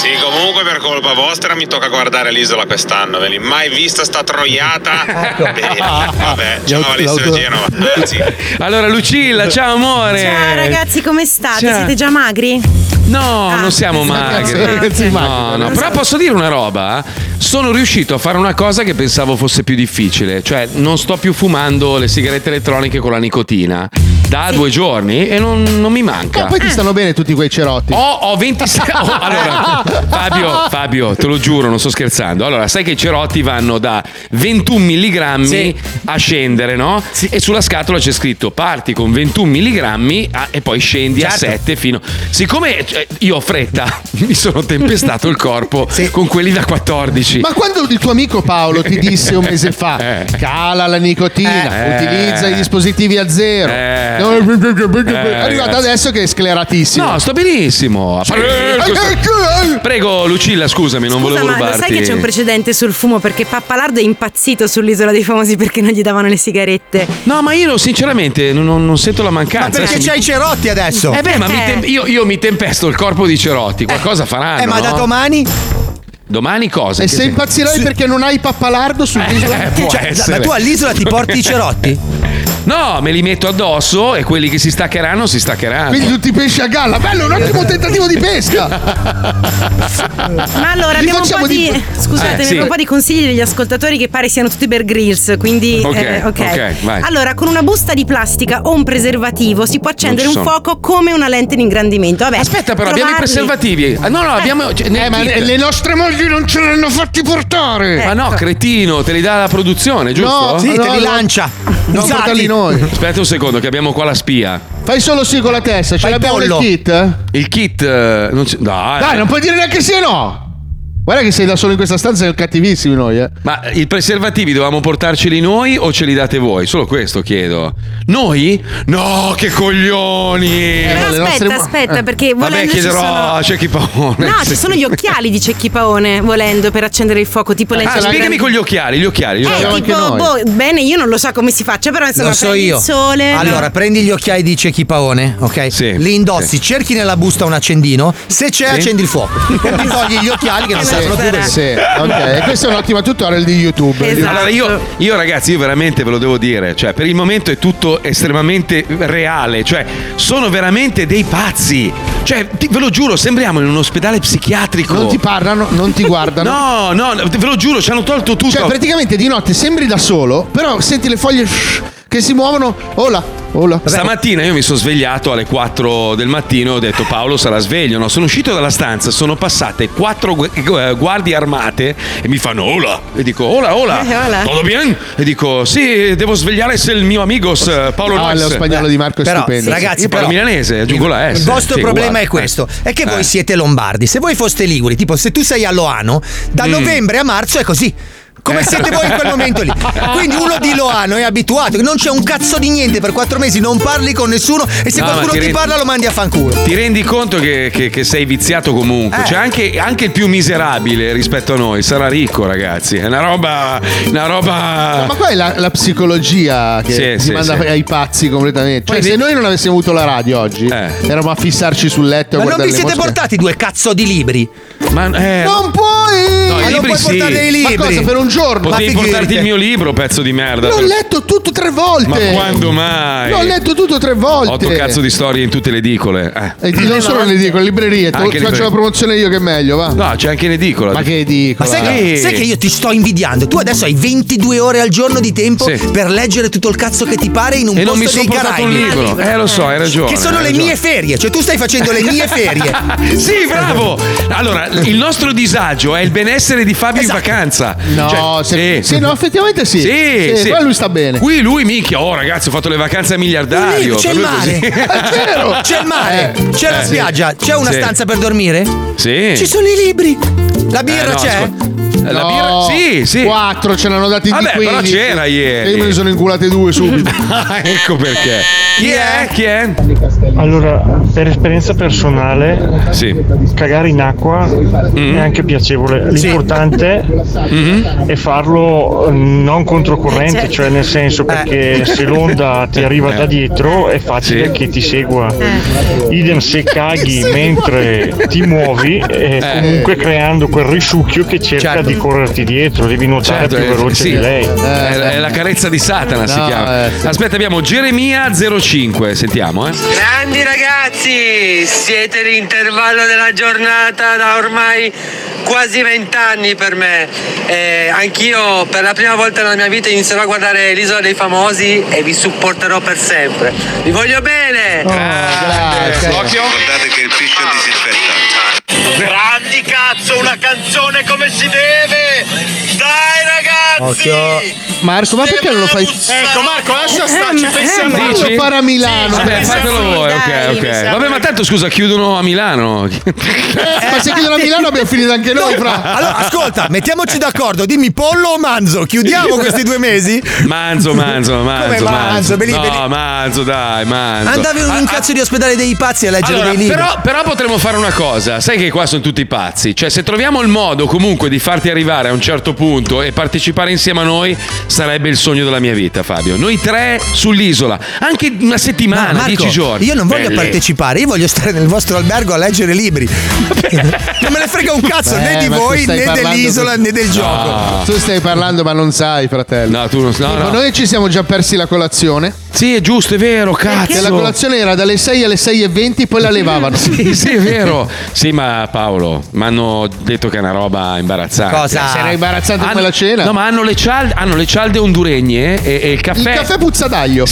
Sì, comunque per colpa vostra mi tocca guardare l'isola quest'anno. Ve l'hai mai vista sta troiata? Beh, Vabbè, ciao Alessio da Genova. Anzi,
Allora, Lucilla, ciao amore.
Ciao ragazzi, come state?
Ciao.
Siete già magri?
No,
Ah,
Ah.
non siamo
Eh,
Eh,
magri. No, no,
Esatto.
però posso dire una roba? eh? Sono riuscito a fare una cosa che pensavo fosse più difficile, cioè non sto più fumando le sigarette elettroniche con la nicotina da due giorni e non, non mi manca.
Ma poi ti stanno bene tutti quei cerotti.
Ho, Eh. ho 26. Oh, allora, Fabio, Fabio, te lo giuro, non sto scherzando. Allora, sai che i cerotti vanno da 21 milligrammi a scendere, no? E sulla scatola c'è scritto parti con 21 milligrammi a- e poi scendi
Certo.
a 7 fino. Siccome cioè, io ho fretta, mi sono tempestato il corpo con quelli da 14.
Ma quando il tuo amico Paolo ti disse un mese fa: cala la nicotina,
Eh.
utilizza i dispositivi a zero.
Eh.
No,
Eh,
è arrivato
ragazzi.
adesso che è scleratissimo.
No, sto benissimo. Prego, Lucilla, scusami, non
Scusa,
volevo
ma
rubarti.
lo sai che c'è un precedente sul fumo perché Pappalardo è impazzito sull'isola dei famosi perché non gli davano le sigarette.
No, ma io sinceramente non, non- non sento la mancanza.
Ma perché
Adesso mi-
c'hai i cerotti adesso?
Eh beh, ma mi
Eh.
tem- io, io mi tempesto il corpo di Cerotti, qualcosa faranno.
Eh, ma da
no?
domani?
Domani cosa?
E
Che
se impazzirai perché non hai pappalardo sull'isola?
Eh, può
Cioè,
essere.
ma tu all'isola ti porti i cerotti?
No, me li metto addosso e quelli che si staccheranno si staccheranno.
Quindi tutti i pesci a galla. Bello, un ottimo tentativo di pesca.
Ah,
Ma allora
Li
abbiamo un
facciamo
po' di.
di-
Scusatemi,
Eh, sì.
abbiamo un po' di consigli degli ascoltatori che pare siano tutti Bear Grylls. Quindi.
Ok,
eh,
ok, vai.
Allora, con una busta di plastica o un preservativo si può accendere
ci
un
sono.
fuoco come una lente in ingrandimento. Vabbè, Aspetta,
Però abbiamo i preservativi. Ah, No, no, abbiamo. cioè, nel
Eh, ma
kit.
le, le nostre mogli non ce l'hanno fatti
Eh.
portare.
Ma no, cretino, te li dà la produzione, giusto?
Ecco. No, Sì, no, te li no. lancia. No, Usati. portali noi.
Aspetta un secondo, che abbiamo qua la spia.
Fai solo sì con la testa, ce l'abbiamo nel kit.
Il kit. eh, Non c'è- Dai.
Dai, non puoi dire neanche sì e no. Guarda che sei da solo in questa stanza, siamo cattivissimi noi, eh.
Ma i preservativi dovevamo portarceli noi o ce li date voi? Solo questo chiedo. Noi? No, che coglioni!
Eh,
Però aspetta, aspetta, perché
Vabbè,
volendo ci
chiederò
sono-
a Cecchi Paone.
No, ci sono gli occhiali di Cecchi Paone, volendo per accendere il fuoco, tipo lente
Ah,
in
spiegami con gli occhiali, gli occhiali. gli
Eh,
occhiali.
tipo, boh, bene, io non lo so come si faccia, però insomma,
Lo so
prendi
io.
il sole.
allora,
no.
prendi gli occhiali di Cecchi Paone, ok? Li indossi, cerchi nella busta un accendino. Se c'è,
Sì.
accendi il fuoco. Poi ti togli gli occhiali che non servono più. perché-
Sì, ok. E questo è un ottimo tutorial di YouTube.
Esatto.
Allora, io, io, ragazzi, io veramente ve lo devo dire, cioè, per il momento è tutto estremamente reale, cioè, sono veramente dei pazzi. Cioè, ti- ve lo giuro, sembriamo in un ospedale psichiatrico.
Non ti parlano, non ti guardano.
No, no, no, ve lo giuro, ci hanno tolto tutto.
Cioè, praticamente di notte sembri da solo, però senti le foglie shh, che si muovono. Ola, ola.
Stamattina io mi sono svegliato alle 4 del mattino e ho detto Paolo sarà sveglio. No, sono uscito dalla stanza, sono passate quattro gu- eh, guardie armate e mi fanno Ola! E dico Ola, Ola!
Eh, hola.
Todo bien? E dico sì, devo svegliare se il mio amico eh, Paolo
Ah,
Nois.
lo spagnolo di Marco è
Però,
stupendo.
ragazzi,
Io parlo
però,
milanese, aggiungo la S.
Il vostro
Sì,
problema è
guarda.
questo: è che voi
Eh.
siete lombardi. Se voi foste liguri, tipo se tu sei a Loano, da
Mm.
novembre a marzo è così. Come
Eh.
siete voi in quel momento lì? Quindi uno di Loano è abituato, non c'è un cazzo di niente per quattro mesi, non parli con nessuno e se
No, ma
qualcuno
ti
ti
rendi-
parla lo mandi a fanculo.
Ti rendi conto che, che- che sei viziato comunque?
Eh.
Cioè, anche, anche il più miserabile rispetto a noi sarà ricco, ragazzi. È una roba. Una roba.
Ma qua è la, la psicologia che
Sì,
si
sì,
manda
sì.
ai pazzi completamente. Cioè,
Poi
se
vi-
noi non avessimo avuto la radio oggi,
Eh.
eravamo a fissarci sul letto
Ma
a
non
guardare
vi siete
le mosche.
portati due cazzo di libri?
Ma eh,
Non puoi!
No, i
Ma non
libri
puoi
sì.
portare dei libri. Ma cosa, per un giorno?
Potevi
Ma
portarti
figurati.
il mio libro, pezzo di merda.
L'ho letto tutto tre volte.
Ma quando mai?
L'ho letto tutto tre volte.
Otto cazzo di storie in tutte le edicole. Eh.
E ti- non solo le dico, le librerie, te lo-
Anche le
faccio la
librerie.
promozione io che è meglio, va.
No, c'è anche in edicola.
Ma che
Ma
dicola?
sai, che, sai che io ti sto invidiando? Tu adesso hai 22 ore al giorno di tempo per leggere tutto il cazzo che ti pare in un
E
posto
non mi sono
dei
portato un
Caraibi.
libro. Eh, lo so, hai ragione.
Che sono
hai
le
ragione.
mie ferie, cioè tu stai facendo le mie ferie.
sì, bravo. Allora, il nostro disagio è il benessere di Fabio in vacanza. Cioè,
No, se-
sì.
sì, no, effettivamente sì.
Sì, sì.
però lui sta bene.
Qui lui minchia, oh ragazzi, ho fatto le vacanze a miliardario.
C'è il
per lui
mare,
è così.
È vero, c'è il mare,
Eh,
c'è la
eh,
spiaggia, c'è una
sì.
stanza per dormire?
Sì.
Ci sono i libri. La birra
Eh, no,
c'è?
scusa. La
No,
birra? Sì, sì.
Quattro ce l'hanno dati
Vabbè,
di
però
15.
c'era ieri.
E io me ne sono inculate due subito.
Ah, ecco perché. Chi è? Chi è?
Allora, per esperienza personale, cagare in acqua
Mm-hmm.
è anche piacevole. L'importante è farlo eh, non controcorrente, cioè nel senso perché se l'onda
Eh,
ti arriva da dietro è facile che ti segua. Idem se caghi mentre ti muovi, è
Eh.
comunque creando quel risucchio che cerca di correrti dietro, devi nuotare
Certo,
più
eh,
veloce
sì. Eh,
di lei. Eh,
È la- è la carezza di Satana si
No,
chiama.
eh, sì.
Aspetta, abbiamo Geremia 05, sentiamo, eh.
Grandi ragazzi, siete l'intervallo della giornata da ormai quasi vent'anni per me. Eh, anch'io per la prima volta nella mia vita inizierò a guardare l'isola dei famosi e vi supporterò per sempre. Vi voglio
Eh,
Eh,
bene!
Oh,
Ah,
Guardate che il piscio disinfetta. Grandi cazzo, una canzone come si deve! Dai ragazzi!
Marco, ma perché non lo fai?
Ecco Marco,
Eh,
lascia stare, ci pensiamo.
Dici? Fallo fare a Milano.
Vabbè, fatelo voi, ok, ok. Vabbè, ma tanto scusa, chiudono a Milano.
Eh, ma se chiudono a Milano abbiamo finito anche noi, fra.
Allora, ascolta, mettiamoci d'accordo, dimmi pollo o manzo, chiudiamo questi due mesi?
Manzo, manzo, manzo.
Come manzo? Beli-
no,
beli-
manzo, dai, manzo.
Andavi in un cazzo di ospedale dei pazzi a leggere
Allora,
dei libri.
però, però potremmo fare una cosa, sai che qua sono tutti pazzi, cioè se troviamo il modo comunque di farti arrivare a un certo punto e partecipare insieme a noi sarebbe il sogno della mia vita Fabio, noi tre sull'isola, anche una settimana,
Marco,
Ah, dieci giorni.
Io non voglio
Belle.
partecipare, io voglio stare nel vostro albergo a leggere libri. non me ne frega un cazzo né
Eh,
di
ma tu
voi
stai
né
parlando
dell'isola
con- Ah.
né del gioco.
Tu stai parlando, ma non sai, fratello.
No, tu non sai.
Noi ci siamo già persi la colazione.
Sì, è giusto, è vero,
Perché?
cazzo.
La colazione era dalle 6 alle 6.20, poi la levavano.
sì, sì, è vero. Sì, ma Paolo, mi hanno detto che è una roba imbarazzante.
Cosa? Cioè, Si era imbarazzante
Hanno-
quella cena?
No, ma hanno le, cialde, hanno le cialde honduregne eh, e, e il
Il
caffè.
caffè puzza d'aglio.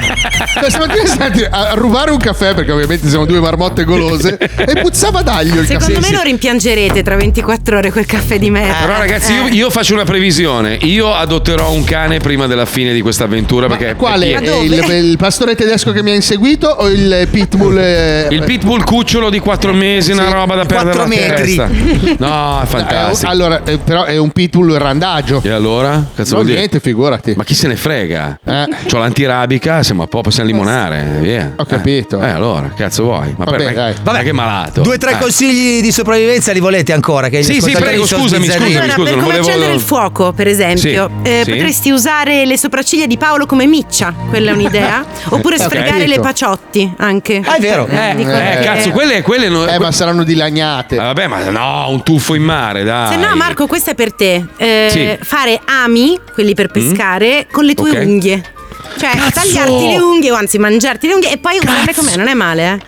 Cioè, Stamattina siamo andati a rubare un caffè perché ovviamente siamo due marmotte golose e puzzava d'aglio il
Secondo
caffè.
me lo rimpiangerete tra 24 ore quel caffè di merda.
Però Ah, ragazzi, io, io faccio una previsione. Io adotterò un cane prima della fine di questa avventura perché
Quale?
perché-
Eh, Il, il pastore tedesco che mi ha inseguito o il pitbull? eh,
Il pitbull cucciolo di 4 mesi, una roba da perdere la testa. No, è fantastico.
Eh, allora, eh, però è un pitbull randaggio.
E allora? Cazzo
No,
vuol dire?
niente, figurati. Eh?
Ma chi se ne frega? C'ho l'antirabica, siamo a po', possiamo limonare. Via. Ho capito. Eh, allora, cazzo vuoi? Ma
Vabbè,
per- Vabbè, che malato.
Due o tre
Eh.
consigli di sopravvivenza li volete ancora? Che gli
Sì, sì,
ascoltatori
prego,
sono
scusami,
sbizzarriti.
scusami,
Per
scusami.
come
volevo-
accendere il fuoco, Eh, per esempio,
Sì,
eh,
sì.
potresti usare le sopracciglia di Paolo come miccia, quella è un'idea. Oppure
Ok.
sfregare
Capito.
le paciotti anche.
Ah, è vero.
Eh, dico
Eh,
che-
cazzo, quelle, quelle non...
Eh, ma saranno dilagnate.
vabbè, ma no, un tuffo in mare, dai.
Se no, Marco, questo è per te. Eh,
Sì.
Fare ami, quelli per pescare, con le tue
Ok.
unghie. Cioè, tagliarti le unghie, o anzi, mangiarti le unghie e poi usarle come non è male, eh.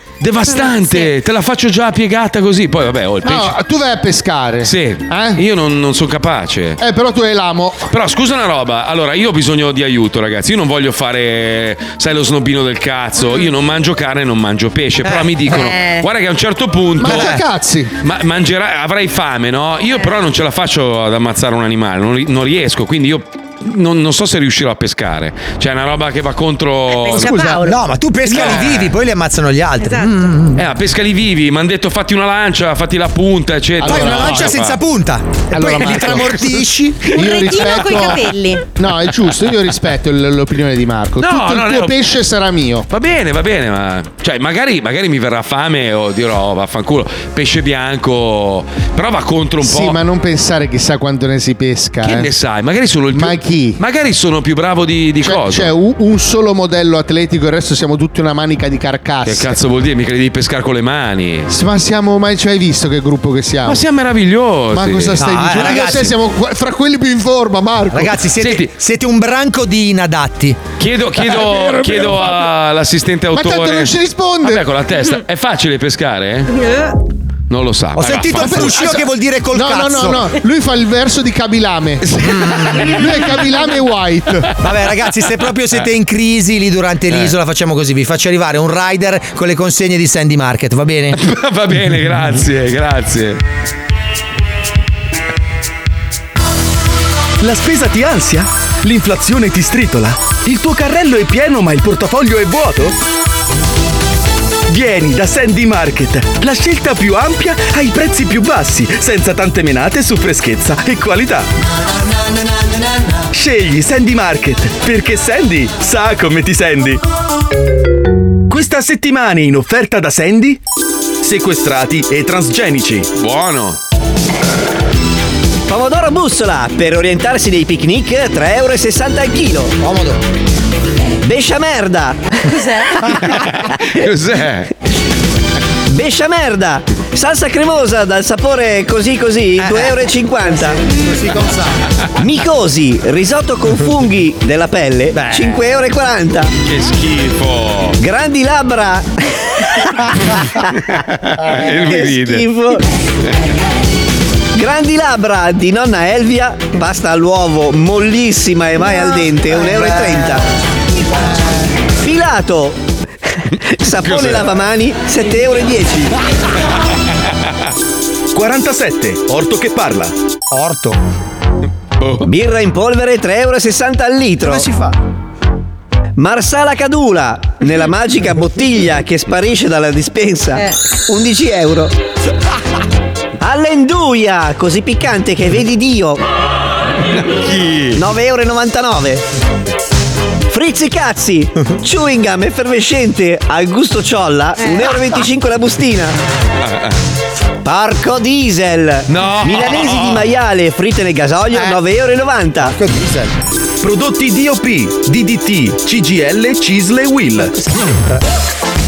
Devastante, te la faccio già piegata così. Poi, vabbè, ho il
No,
pesce.
tu vai a pescare.
Sì, io non, non sono capace.
Eh, però tu hai l'amo.
Però scusa una roba, allora io ho bisogno di aiuto ragazzi, io non voglio fare, sai lo snobino del cazzo, io non mangio carne, non mangio pesce, però
Eh.
mi dicono,
Mm. Eh.
guarda che a un certo punto...
Ma che cazzi?
Ma mangerai, avrai fame, no? Io
Eh.
però non ce la faccio ad ammazzare un animale, non, ri- non riesco, quindi io non, non so se riuscirò a pescare. Cioè è una roba che va contro...
Eh,
Scusa, no, ma tu pesca
No.
li vivi, poi li ammazzano gli altri.
Esatto.
Mm.
Eh, ma pescali vivi, mi hanno detto fatti una lancia, fatti la punta, eccetera.
Fai una
No,
lancia
no,
Cioè, senza
fa-
punta. E
Allora,
poi li
Marco.
tramortisci.
Un Io retino rispetto- coi
capelli.
No, è giusto, io rispetto il- l'opinione di Marco.
No,
Tutto
no,
il
no.
tuo pesce sarà mio.
Va bene, va bene, ma cioè, magari, magari mi verrà fame o dirò "Oh, vaffanculo, pesce bianco, però va contro un
Sì,
po'.
ma non pensare chissà quanto ne si pesca.
Che
eh.
ne sai? Magari sono il più,
Ma chi?
magari sono più bravo di, di cosa.
C'è un, un solo modello atletico, il resto siamo tutti una manica di
Che
carcasse.
cazzo vuol dire? Mica devi pescare con le mani.
Ma siamo mai, cioè, hai visto che gruppo che siamo?
Ma siamo meravigliosi.
Ma cosa stai
No, eh,
dicendo? Io e te
ragazzi.
siamo qua- fra quelli più in forma, Marco.
Ragazzi, siete, siete un branco di inadatti.
Chiedo, chiedo-
È vero, è
chiedo
vero,
all'assistente
Ma tanto
autore.
non ci risponde.
Vabbè, con la testa. È facile pescare? eh? Non lo sa.
Ho sentito un fruscio che vuol dire col
no,
cazzo.
No, no, no, lui fa il verso di Kabilame. lui è Kabilame White.
Vabbè, ragazzi, se proprio siete in crisi lì durante
Eh.
l'isola, facciamo così: vi faccio arrivare un rider con le consegne di Sandy Market, va bene?
Va bene, grazie, grazie.
La spesa ti ansia? L'inflazione ti stritola? Il tuo carrello è pieno ma il portafoglio è vuoto? Vieni da Sandy Market, la scelta più ampia ai prezzi più bassi, senza tante menate su freschezza e qualità. Scegli Sandy Market, perché Sandy sa come ti senti. Questa settimana in offerta da Sandy? Sequestrati e transgenici.
Buono!
Pomodoro bussola, per orientarsi nei picnic, 3,60 euro al chilo.
Comodo.
Bescia merda. Cos'è?
Cos'è?
Bescia merda. Salsa cremosa dal sapore così così,
Eh,
2,50 euro. Micosi, risotto con funghi della pelle, 5,40 euro.
Che schifo.
Grandi labbra.
Ah,
E lui
Che
ride.
schifo. Grandi labbra di nonna Elvia, pasta all'uovo mollissima e mai al dente, 1,30 euro. Filato, sapone
Cos'è?
lavamani, 7,10 euro.
47. Orto che parla.
Orto.
Birra in polvere, 3,60 euro al litro.
Come si fa?
Marsala Cadula, nella magica bottiglia che sparisce dalla dispensa,
Eh.
11 euro. Alleluia, così piccante che vedi Dio, 9,99 euro. Frizzi cazzi, chewing gum effervescente al gusto ciolla,
Eh.
1,25 euro la bustina. Porco diesel!
No!
Milanesi di maiale fritte nel gasolio, 9,90 euro.
Prodotti DOP, DDT, CGL, Cisle e Will.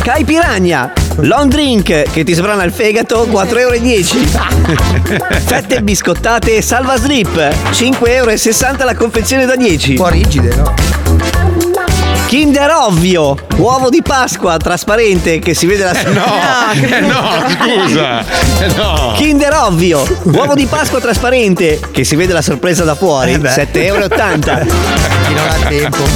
Kai Piragna, long drink che ti sbrana il fegato, 4,10 euro. Fette biscottate salva slip, 5,60 euro la confezione da 10. Un po'
rigide, no?
Kinder Ovvio, uovo di Pasqua trasparente che si vede la
Eh, no. Eh, no, scusa. Eh, no.
Kinder Ovvio, uovo di Pasqua trasparente che si vede la sorpresa da fuori,
Eh beh.
7,80 euro.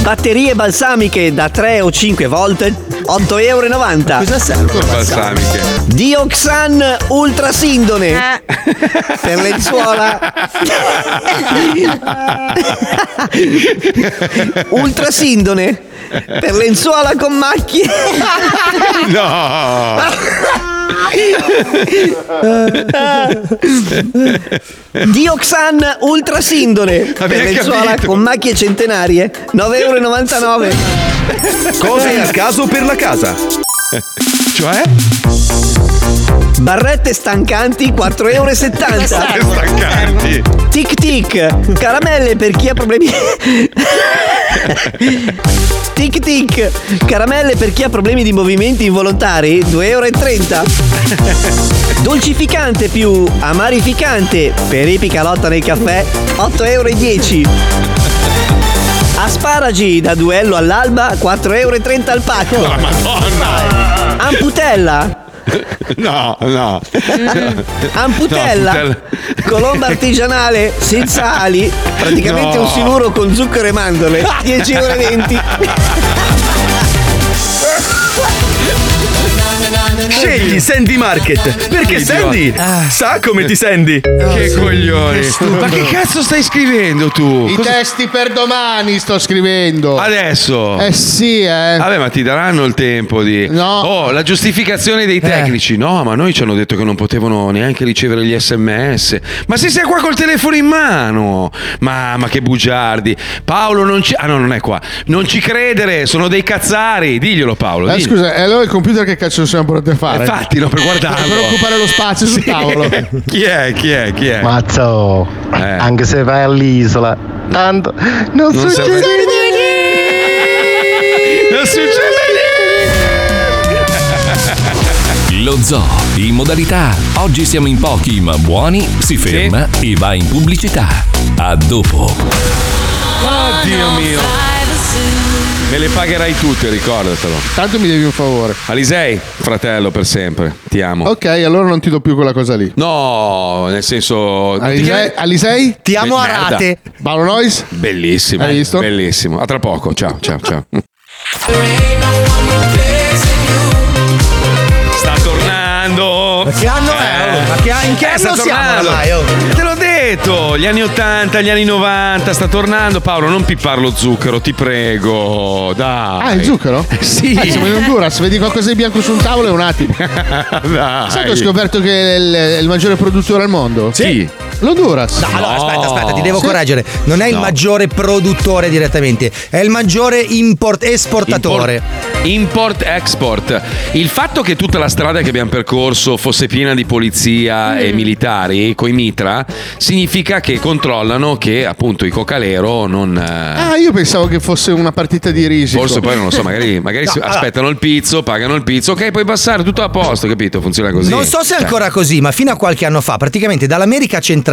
Batterie balsamiche da 3 o 5 volte, 8,90 euro. Cosa serve?
Balsamiche.
Dioxan Ultra Sindone per lenzuola Ultra Sindone per lenzuola con macchie
No.
Ah. Dioxan Ultra Sindone per
Abbiamo
lenzuola
capito.
con macchie centenarie 9,99 euro
Cose a caso per la casa.
Cioè?
Barrette stancanti 4,70 euro
Stancanti.
Tic tic, caramelle per chi ha problemi. tic tic, caramelle per chi ha problemi di movimenti involontari 2,30 euro. Dolcificante più amarificante per epica lotta nel caffè 8,10 euro. Asparagi da duello all'alba 4,30 euro al pacco.
Oh, Madonna.
Amputella
No, no.
Amputella,
Mm. No,
colomba artigianale senza ali, praticamente
No.
un siluro con zucchero e mandorle, 10,20
Scegli Sandy Market perché Sandy sa come ti senti.
Ah. Che coglioni. Ma che cazzo stai scrivendo tu?
I testi per domani sto scrivendo.
Adesso.
Eh sì, eh.
Vabbè, ma ti daranno il tempo di. No. Oh, la giustificazione
Eh.
dei tecnici. No, ma noi ci hanno detto che non potevano neanche ricevere gli sms. Ma se sei qua col telefono in mano. Ma, ma che bugiardi. Paolo non ci. Ah, no, non è qua. Non ci credere, sono dei cazzari. Diglielo, Paolo.
Eh,
diglielo.
scusa, e allora il computer che cazzo siamo pronti a fare?
Eh, Infatti, no, per guardarlo.
Per occupare lo spazio sul tavolo.
chi è? Chi è? Chi è? Eh.
Mazzo, anche se vai all'isola, tanto non,
Non
succede
serve-
niente.
Non
Lo zoo, in modalità oggi siamo in pochi ma buoni, si ferma e va in pubblicità. A dopo.
Oddio mio. Me le pagherai tutte, ricordatelo.
Tanto mi devi un favore.
Alisei, fratello, per sempre. Ti amo.
Ok, allora non ti do più quella cosa lì.
No, nel senso.
Alisei? Alisei?
Ti amo a Merda. rate.
Paolo Nois?
Bellissimo. Bellissimo. A tra poco. Ciao, ciao, ciao. Sta tornando.
Ma
Ah,
che anno è? oh? Ma che, in che
Eh, sta
anno siamo
tornando.
ormai? oh?
Te l'ho detto, gli anni 80, gli anni 90, sta tornando. Paolo, non pippare lo zucchero, ti prego. Dai.
Ah, il zucchero?
Sì.
Eh, siamo in Honduras, vedi qualcosa di bianco su un tavolo è un attimo.
Dai.
Sai che ho scoperto che è il, è il maggiore produttore al mondo?
Sì.
L'Honduras.
No, allora, aspetta, aspetta, ti devo
Sì.
correggere. Non è il
No.
maggiore produttore direttamente, è il maggiore import- esportatore.
Import export. Il fatto che tutta la strada che abbiamo percorso fosse piena di polizia
Mm.
e militari coi mitra significa che controllano che appunto i cocalero non eh,
Ah, io pensavo che fosse una partita di risico.
Forse poi non lo so, magari, magari
No, ah,
si-
allora-
aspettano il pizzo, pagano il pizzo, ok, puoi passare, tutto a posto, capito? Funziona così.
Non so se è
Cioè,
ancora così, ma fino a qualche anno fa, praticamente dall'America centrale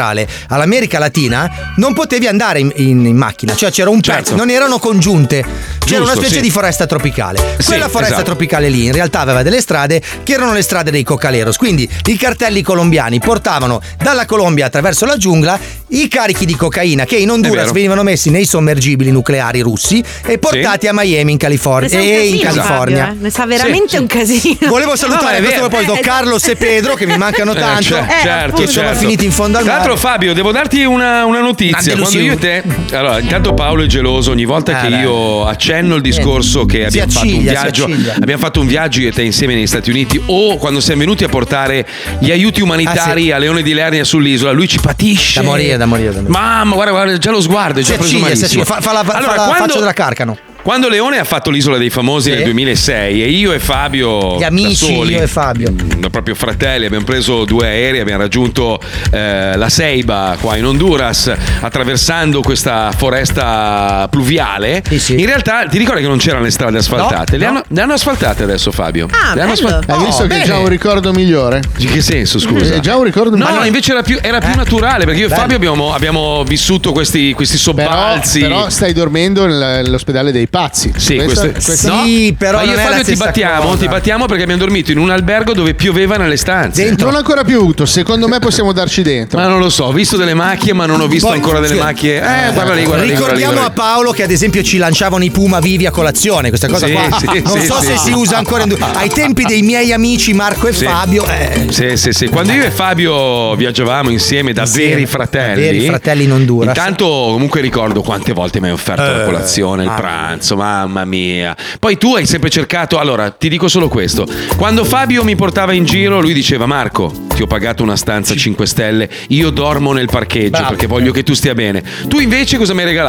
all'America latina, non potevi andare in, in- in macchina, cioè c'era un pezzo, non erano congiunte, c'era
Certo. Giusto,
una specie
sì.
di foresta tropicale.
Sì,
Quella foresta
esatto.
tropicale lì in realtà aveva delle strade che erano le strade dei cocaleros, quindi i cartelli colombiani portavano dalla Colombia attraverso la giungla i carichi di cocaina che in Honduras
vero.
venivano messi nei sommergibili nucleari russi e portati a Miami in California.
Ne sa un
E in
casino,
California.
Fabio, eh. Ne sa veramente
Sì, sì.
un casino.
Volevo salutare questo proposito Carlos e Pedro che mi mancano
Eh,
tanto.
cer- certo,
che sono
certo.
finiti in fondo al
Tra l'altro,
mare.
Fabio, devo darti una, una notizia.
Una
Quando io e te. Allora, intanto Paolo è geloso ogni volta che io accenno il discorso che
Eh, Si
abbiamo fatto un
acciglia, si
viaggio.
acciglia.
Abbiamo fatto un viaggio io e te insieme negli Stati Uniti. O quando siamo venuti a portare gli aiuti umanitari a Leone di Lernia sull'isola, lui ci patisce.
Ah, Da morire, da morire, da morire.
Mamma, guarda, guarda, già lo sguardo, è
Si
già preso
acciglia, si
malissimo.
acciglia. Fa, fa la, fa
Allora,
la
quando-
faccia della carcano.
quando Leone ha fatto l'isola dei famosi nel 2006 e io e Fabio,
Gli amici,
da soli,
io e Fabio.
da Mm, proprio fratelli, abbiamo preso due aerei, abbiamo raggiunto eh, la Seiba qua in Honduras, attraversando questa foresta pluviale. In realtà ti ricordi che non c'erano le strade asfaltate?
no.
le,
Ah,
hanno, le hanno asfaltate adesso, Fabio. le hanno asfal-
Hai visto che è già un ricordo migliore?
Oh, In che senso, scusa?
È già un ricordo
No,
migliore.
no, invece era più, era più naturale perché io e
Bello.
Fabio abbiamo, abbiamo vissuto questi, questi
Però,
sobbalzi.
però stai dormendo nel- nell'ospedale dei pazzi.
Sì, questo, no,
sì, però
ma io
non
e
è la
Fabio ti
stessa
battiamo,
cosa.
ti battiamo perché abbiamo dormito in un albergo dove pioveva nelle stanze.
Non ho ancora piovuto, secondo me possiamo darci dentro.
Ma non lo so, ho visto delle macchie, ma non ho visto ancora delle macchie. Eh, guarda lì, guarda lì, guarda lì,
Ricordiamo
guarda
a Paolo che ad esempio ci lanciavano i Puma vivi a colazione, questa cosa
Sì,
qua.
sì,
non
sì,
so
sì.
se si usa ancora in due. Ai tempi dei miei amici Marco e
Sì.
Fabio, eh,
Sì, sì, sì. Quando io e Fabio viaggiavamo insieme da
Insieme,
veri
da
fratelli.
veri fratelli in Honduras.
Intanto comunque ricordo quante volte mi hai offerto la
Eh,
colazione, il
mamma.
pranzo, mamma mia. Poi tu hai sempre cercato, allora ti dico solo questo, quando Fabio mi portava in giro lui diceva Marco, ti ho pagato una stanza 5 stelle, io dormo nel parcheggio
Bravo.
perché voglio che tu stia bene. Tu invece cosa mi hai regalato?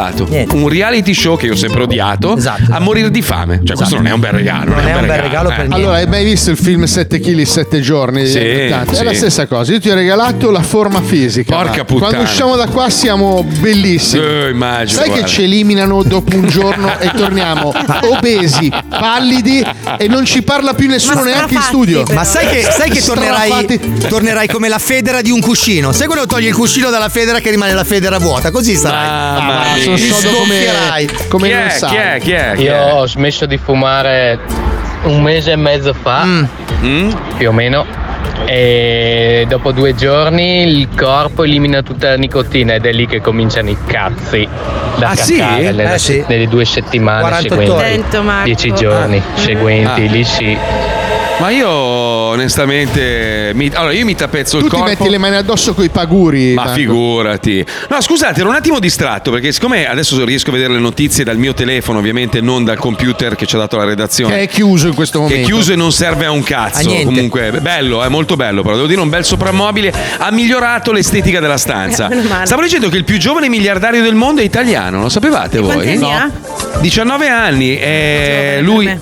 Un reality show che io ho sempre odiato, a morire di fame. Cioè questo non è un bel regalo. Esatto, Non, eh.
Allora, hai mai visto il film 7 kg 7 giorni?
Sì,
Tanto. È
sì.
la stessa cosa. Io ti ho regalato la forma fisica.
Porca
ma
puttana.
Quando usciamo da qua siamo bellissimi.
Eh, immagino,
Sai
guarda.
che ci eliminano dopo un giorno e torniamo obesi, pallidi e non ci parla più nessuno neanche in studio.
Ma sai che, sai che tornerai,
Strafatti.
tornerai come la federa di un cuscino. Sai quando togli il cuscino dalla federa che rimane la federa vuota? Così sarai.
Mamma
Ah,
mia.
sono sodo come, come non sai.
Io ho smesso di fumare un mese e mezzo fa,
Mm.
Mm?
più o meno. E dopo due giorni il corpo elimina tutta la nicotina ed è lì che cominciano i cazzi da
Ah, sì?
caccare nelle,
Eh, sì.
nelle due settimane
48
seguenti,
Attento, Marco.
dieci giorni seguenti,
Ah.
lì sì.
Ma io onestamente mi, allora io mi tappezzo
Tu
il
ti
corpo.
metti le mani addosso coi paguri.
Ma
tanto.
figurati. No, scusate, ero un attimo distratto perché siccome adesso riesco a vedere le notizie dal mio telefono, ovviamente non dal computer che ci ha dato la redazione.
Che è chiuso in questo
Che è
momento.
chiuso e non serve a un
A
cazzo.
niente.
Comunque, bello, è molto bello, però devo dire un bel soprammobile. Ha migliorato l'estetica della stanza.
Eh, meno male.
Stavo leggendo che il più giovane miliardario del mondo è italiano, lo sapevate
quanti
voi?
anni ha?
19 anni, eh, lui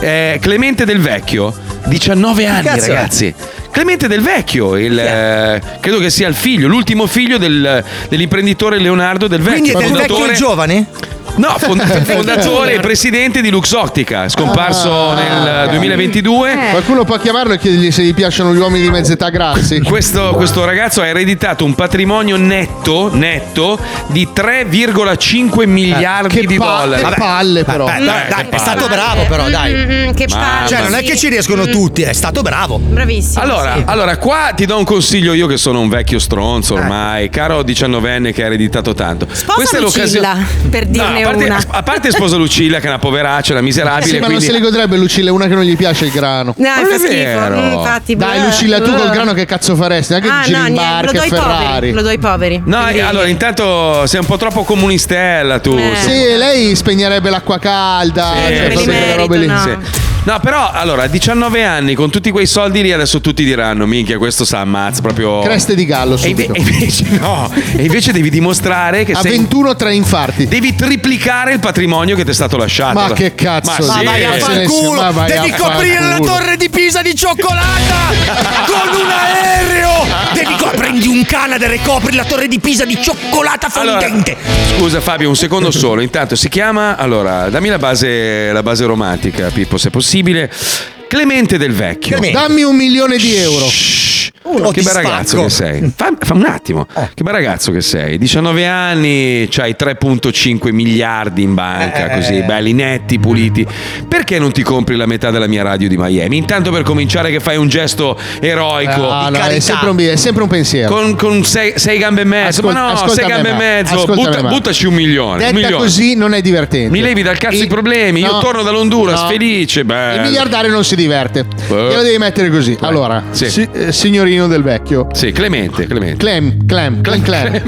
è Clemente del Vecchio, 19 anni
cazzo è?
ragazzi. Clemente del Vecchio, il, eh, credo che sia il figlio, l'ultimo figlio del- dell'imprenditore Leonardo del
Quindi è
Vecchio.
del vecchio il
fondatore-
giovane?
No, fond- fondatore e presidente di Luxottica, scomparso
Ah.
nel 2022.
Ah, Qualcuno può chiamarlo e chiedergli se gli piacciono gli uomini di mezz'età grassi.
Questo, questo ragazzo ha ereditato un patrimonio netto, netto di 3,5 miliardi di dollari.
Ah, Che palle, però.
Dai, dai,
dai, è
che palle.
stato bravo, però, dai.
Mm, che palle. Mm.
Cioè, non è che ci riescono tutti, è stato bravo.
Bravissimo.
Allora, allora, qua ti do un consiglio io che sono un vecchio
Ah.
stronzo ormai, caro diciannovenne che ha ereditato tanto.
Sposa Lucilla, per
No,
dirne
a, parte,
una.
Eh, a parte sposa Lucilla che è una poveraccia, una miserabile.
Sì, ma non
Ah, quindi-
se le godrebbe Lucilla, una che non gli piace il grano.
No,
Ma non fa è schifo, vero. mm, infatti,
Dai,
blah,
Lucilla, tu
blah.
col grano che cazzo faresti? Non è che
Eh. Ah,
giri
no,
in
niente, lo
barche
do ai poveri.
Ferrari.
Lo do ai poveri.
No, eh, allora intanto sei un po' troppo comunistella tu.
Eh.
Eh. Sì, lei spegnerebbe l'acqua calda,
Eh,
cioè,
sì,
proprio quelle robe lì.
sì. No, però allora, a 19 anni, con tutti quei soldi lì, adesso tutti diranno: minchia, questo sa ammazza proprio.
Creste di gallo
E, inve-
subito.
e invece no, e invece devi dimostrare che
A
sei.
21 tre infarti.
Devi triplicare il patrimonio che ti è stato lasciato.
Ma che cazzo
Ma,
di-
sì.
Ma vai a far culo, Ma vai
Devi
a
coprire la
fanculo.
torre di Pisa di cioccolata con un aereo. Devi co- prendi un Canadair e copri la torre di Pisa di cioccolata fondente.
Scusa Fabio, un secondo solo. Intanto si chiama. Allora, dammi la base, la base romantica, Pippo, se possibile. Clemente del Vecchio.
Dammi un milione di euro.
Oh, che bel ragazzo che sei. Fa, fa un attimo.
Eh.
Che bel ragazzo che sei. 19 anni, c'hai 3.5 miliardi in banca,
Eh.
così belli, netti, puliti. Perché non ti compri la metà della mia radio di Miami? Intanto per cominciare che fai un gesto eroico.
Ah, No, no, è sempre un, è sempre un pensiero.
Ecco, Con, con sei, sei gambe e mezzo,
Ascol-
ma Eh, no, sei
ascoltami,
gambe e
ma-
mezzo.
ascoltami,
Butta-
ma-
buttaci un milione.
Detta
un milione.
così non è divertente.
Mi levi dal cazzo
Il-
i problemi. Io
no,
torno dall'Honduras
no.
felice. bello.
Il miliardario non si diverte.
Eh.
Glielo devi mettere così. Allora,
Sì.
si- eh, signorino del vecchio.
Sì, Clemente, Clemente.
Clem, Clem, Clem, Clem.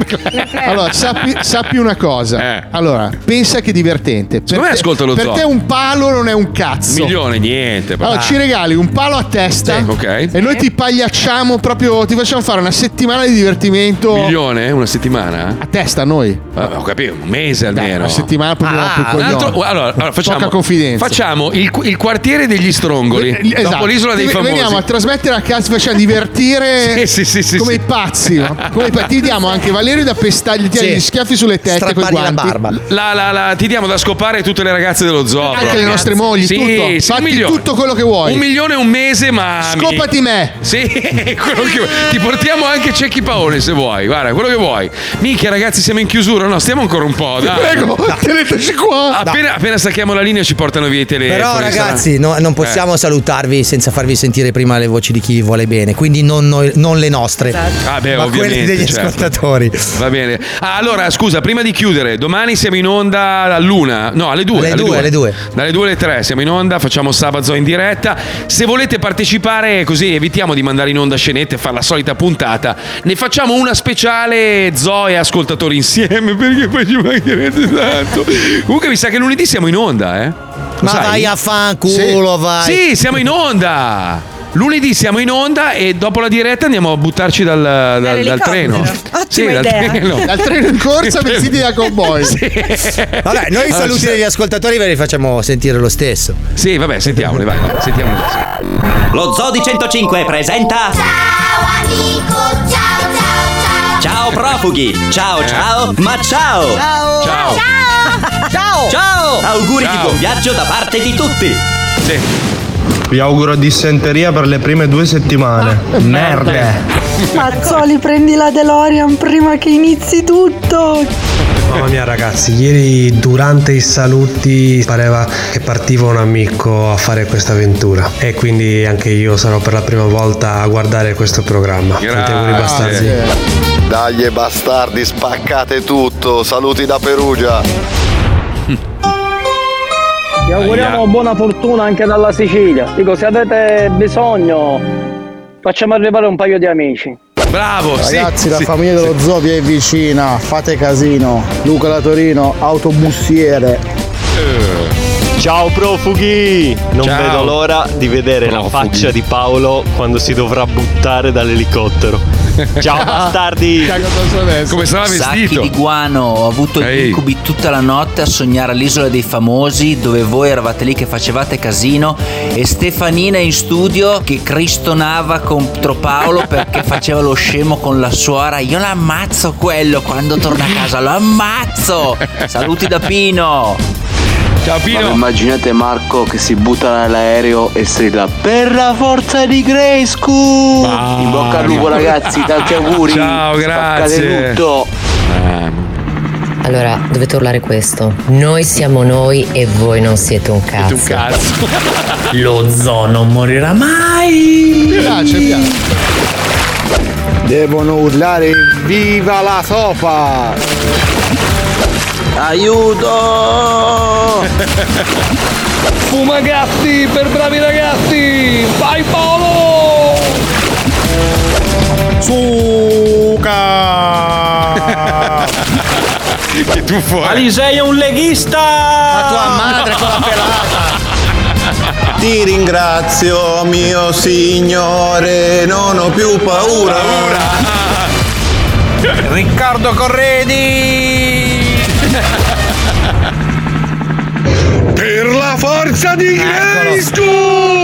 Allora, sappi, sappi una cosa. Allora, pensa che è divertente. Per,
Eh. me
te,
ascolta lo
per
zoo.
te un palo non è un cazzo.
milione, niente.
Allora,
Ah.
ci regali un palo a testa
Sì, ok.
e noi ti pagliacciamo proprio, ti facciamo fare una settimana di divertimento
milione? Una settimana?
a testa noi.
Ah, ho capito, un mese almeno.
una settimana proprio
Ah,
più
un
coglione.
altro- allora, allora facciamo,
Poca confidenza.
facciamo il, il quartiere degli strongoli
Esatto.
dopo l'isola dei
Ti-
famosi.
Veniamo a trasmettere a casa, facciamo divertire morire
Sì, sì, sì, sì,
come
sì.
i pazzi. no? Come i pazzi. Ti diamo anche Valerio da pestagli, ti
Sì.
gli schiaffi sulle tette con i guanti.
La, la, la, ti diamo da scopare tutte le ragazze dello zoo.
Anche
proprio.
le nostre mogli,
Sì,
tutto.
sì, un
Fatti
milione.
tutto quello che vuoi.
Un milione un mese, ma.
Scopati me.
Sì, quello che vuoi. Ti portiamo anche Cecchi Paone se vuoi. Guarda, quello che vuoi. Minchia, ragazzi, siamo in chiusura. No, stiamo ancora un po'. Dai.
Prego, teneteci qua.
Appena, appena stacchiamo la linea, ci portano via i telefoni. Eh.
Però
sarà-
ragazzi, no- non possiamo salutarvi senza farvi sentire prima le voci di chi vi vuole bene, quindi non, noi- non le nostre,
Esatto.
Ah, beh,
ma
ovviamente,
quelle degli
certo.
ascoltatori.
Va bene. Ah, allora, scusa, prima di chiudere, domani siamo in onda all'una. No, alle due.
Alle due, alle due.
Dalle 2 alle 3 siamo in onda, facciamo sabato in diretta. Se volete partecipare, così evitiamo di mandare in onda scenette e fare la solita puntata. Ne facciamo una speciale Zoe e ascoltatori insieme, perché poi ci mancherete tanto. Comunque mi sa che lunedì siamo in onda, eh. Lo
Ma
sai?
vai a fanculo,
Sì.
vai.
Sì, siamo in onda. Lunedì siamo in onda e dopo la diretta andiamo a buttarci dal, dal- dal treno. Sì, dal treno.
Dal treno in corsa vestiti da cowboy.
Vabbè, noi i
Allora,
saluti
ci-
degli ascoltatori ve li facciamo sentire lo stesso.
Sì, vabbè, sentiamoli, vai, vai, sentiamoli.
Lo Zodi 105 presenta. Ciao profughi, ciao ciao, ma ciao!
Ciao. Ciao.
Ciao! Ciao! Auguri di buon viaggio da parte di tutti!
Vi auguro dissenteria per le prime due settimane.
Ah, eh,
Merde.
Mazzoli, prendi la DeLorean prima che inizi tutto.
Mamma mia ragazzi, ieri durante i saluti pareva che partiva un amico a fare questa avventura e quindi anche io sarò per la prima volta a guardare questo programma. Tanti auguri bastardi.
Dagli bastardi, spaccate tutto. Saluti da Perugia. Vi auguriamo buona fortuna anche dalla Sicilia. Dico, se avete bisogno, facciamo arrivare un paio di amici.
Bravo, sì,
Ragazzi,
sì.
famiglia dello zoo vi è vicina, fate casino. Luca da Torino, autobussiere.
Eh.
Ciao profughi! Non
Ciao.
vedo l'ora di vedere la faccia di Paolo quando si dovrà buttare dall'elicottero. Ciao bastardi!
Come sarà
Sacchi di guano, ho avuto gli incubi tutta la notte a sognare all'isola dei famosi dove voi eravate lì che facevate casino e Stefanina in studio che cristonava contro Paolo perché faceva lo scemo con la suora. Io l'ammazzo quello quando torna a casa, lo ammazzo! Saluti da Pino!
Ciao Pino!
immaginate Marco che si butta dall'aereo e strilla
Per la forza di Grayscu! In bocca al lupo ragazzi, tanti auguri.
Ciao,
Spaccate
grazie. Eh,
tutto.
Allora, dovete urlare questo. Noi siamo noi e voi non siete un cazzo.
Lo zoo non morirà
Mai! Piace, piace. Devono urlare viva la sofa! Aiuto!
Fumagazzi per bravi ragazzi! Vai Paolo! Suca!
che tu fuori!
Alisei è un leghista! La
tua madre con la
pelata! Ti ringrazio mio signore, non ho più paura! Riccardo Corredi!
Per la forza di Cristo!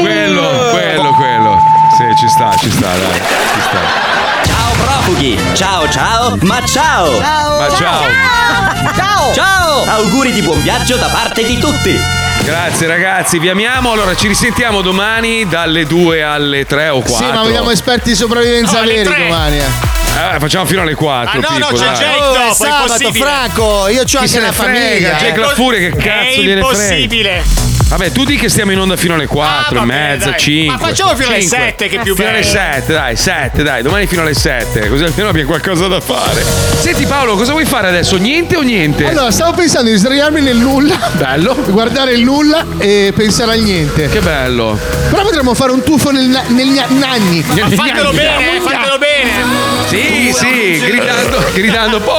Quello, quello, quello. Sì, ci sta, ci sta, dai. Ci sta.
Ciao profughi, ciao ciao, ma ciao!
Ciao. Ma ciao.
Ciao! Ciao! Auguri di buon viaggio da parte di tutti!
Grazie ragazzi, vi amiamo. Allora ci risentiamo domani dalle 2 alle 3 o 4.
Sì, ma vediamo esperti di sopravvivenza veri domani. eh.
Eh, facciamo fino alle 4.
Ah, no, no,
Pippo,
c'è
dai.
Jake
Oh, è sabato, Franco, io
Chi
ho anche
se ne
una
frega,
Eh,
famiglia.
Jake La Furia, che cazzo gliene
impossibile.
frega? Vabbè, tu di che stiamo in onda fino alle 4,
Ah,
e
va bene,
mezza,
dai.
5.
Ma facciamo fino alle
5.
7 che è più
Fino alle
bello.
7, dai, 7, dai, domani fino alle 7, così almeno abbiamo qualcosa da fare. Senti Paolo, cosa vuoi fare adesso? Niente o niente?
Allora, stavo pensando di sdraiarmi nel nulla.
Eh. Bello.
Guardare il nulla e pensare al niente.
Che bello.
Però potremmo fare un tuffo nel, na- negli a- nanni.
Ma fatelo bene, eh, fatelo
bene.
Sì, sì, gridando, gridando. "Boh!"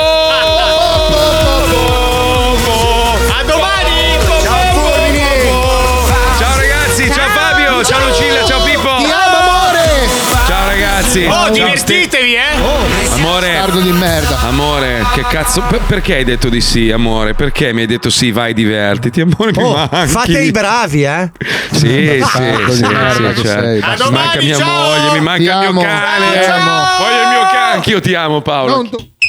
A
domani!
Ciao
Ciao ragazzi, ciao Fabio, ciao Lucilla, ciao Pippo.
Ti amo amore!
Ciao Oh. ragazzi.
Oh,
Ciao,
divertitevi, eh!
Amore,
Targo di merda.
amore, che cazzo? per- perché hai detto di sì, amore? Perché mi hai detto sì, vai, divertiti, amore, mi
Boh,
Oh,
manchi.
fate i bravi, eh.
Sì,
Bastardo
sì,
di
sì,
merda
sì,
che
certo.
sei,
Mi eh. manca mia moglie, mi manca il mio cane. Voglio il mio cane, anch'io ti amo Paolo.
Non to-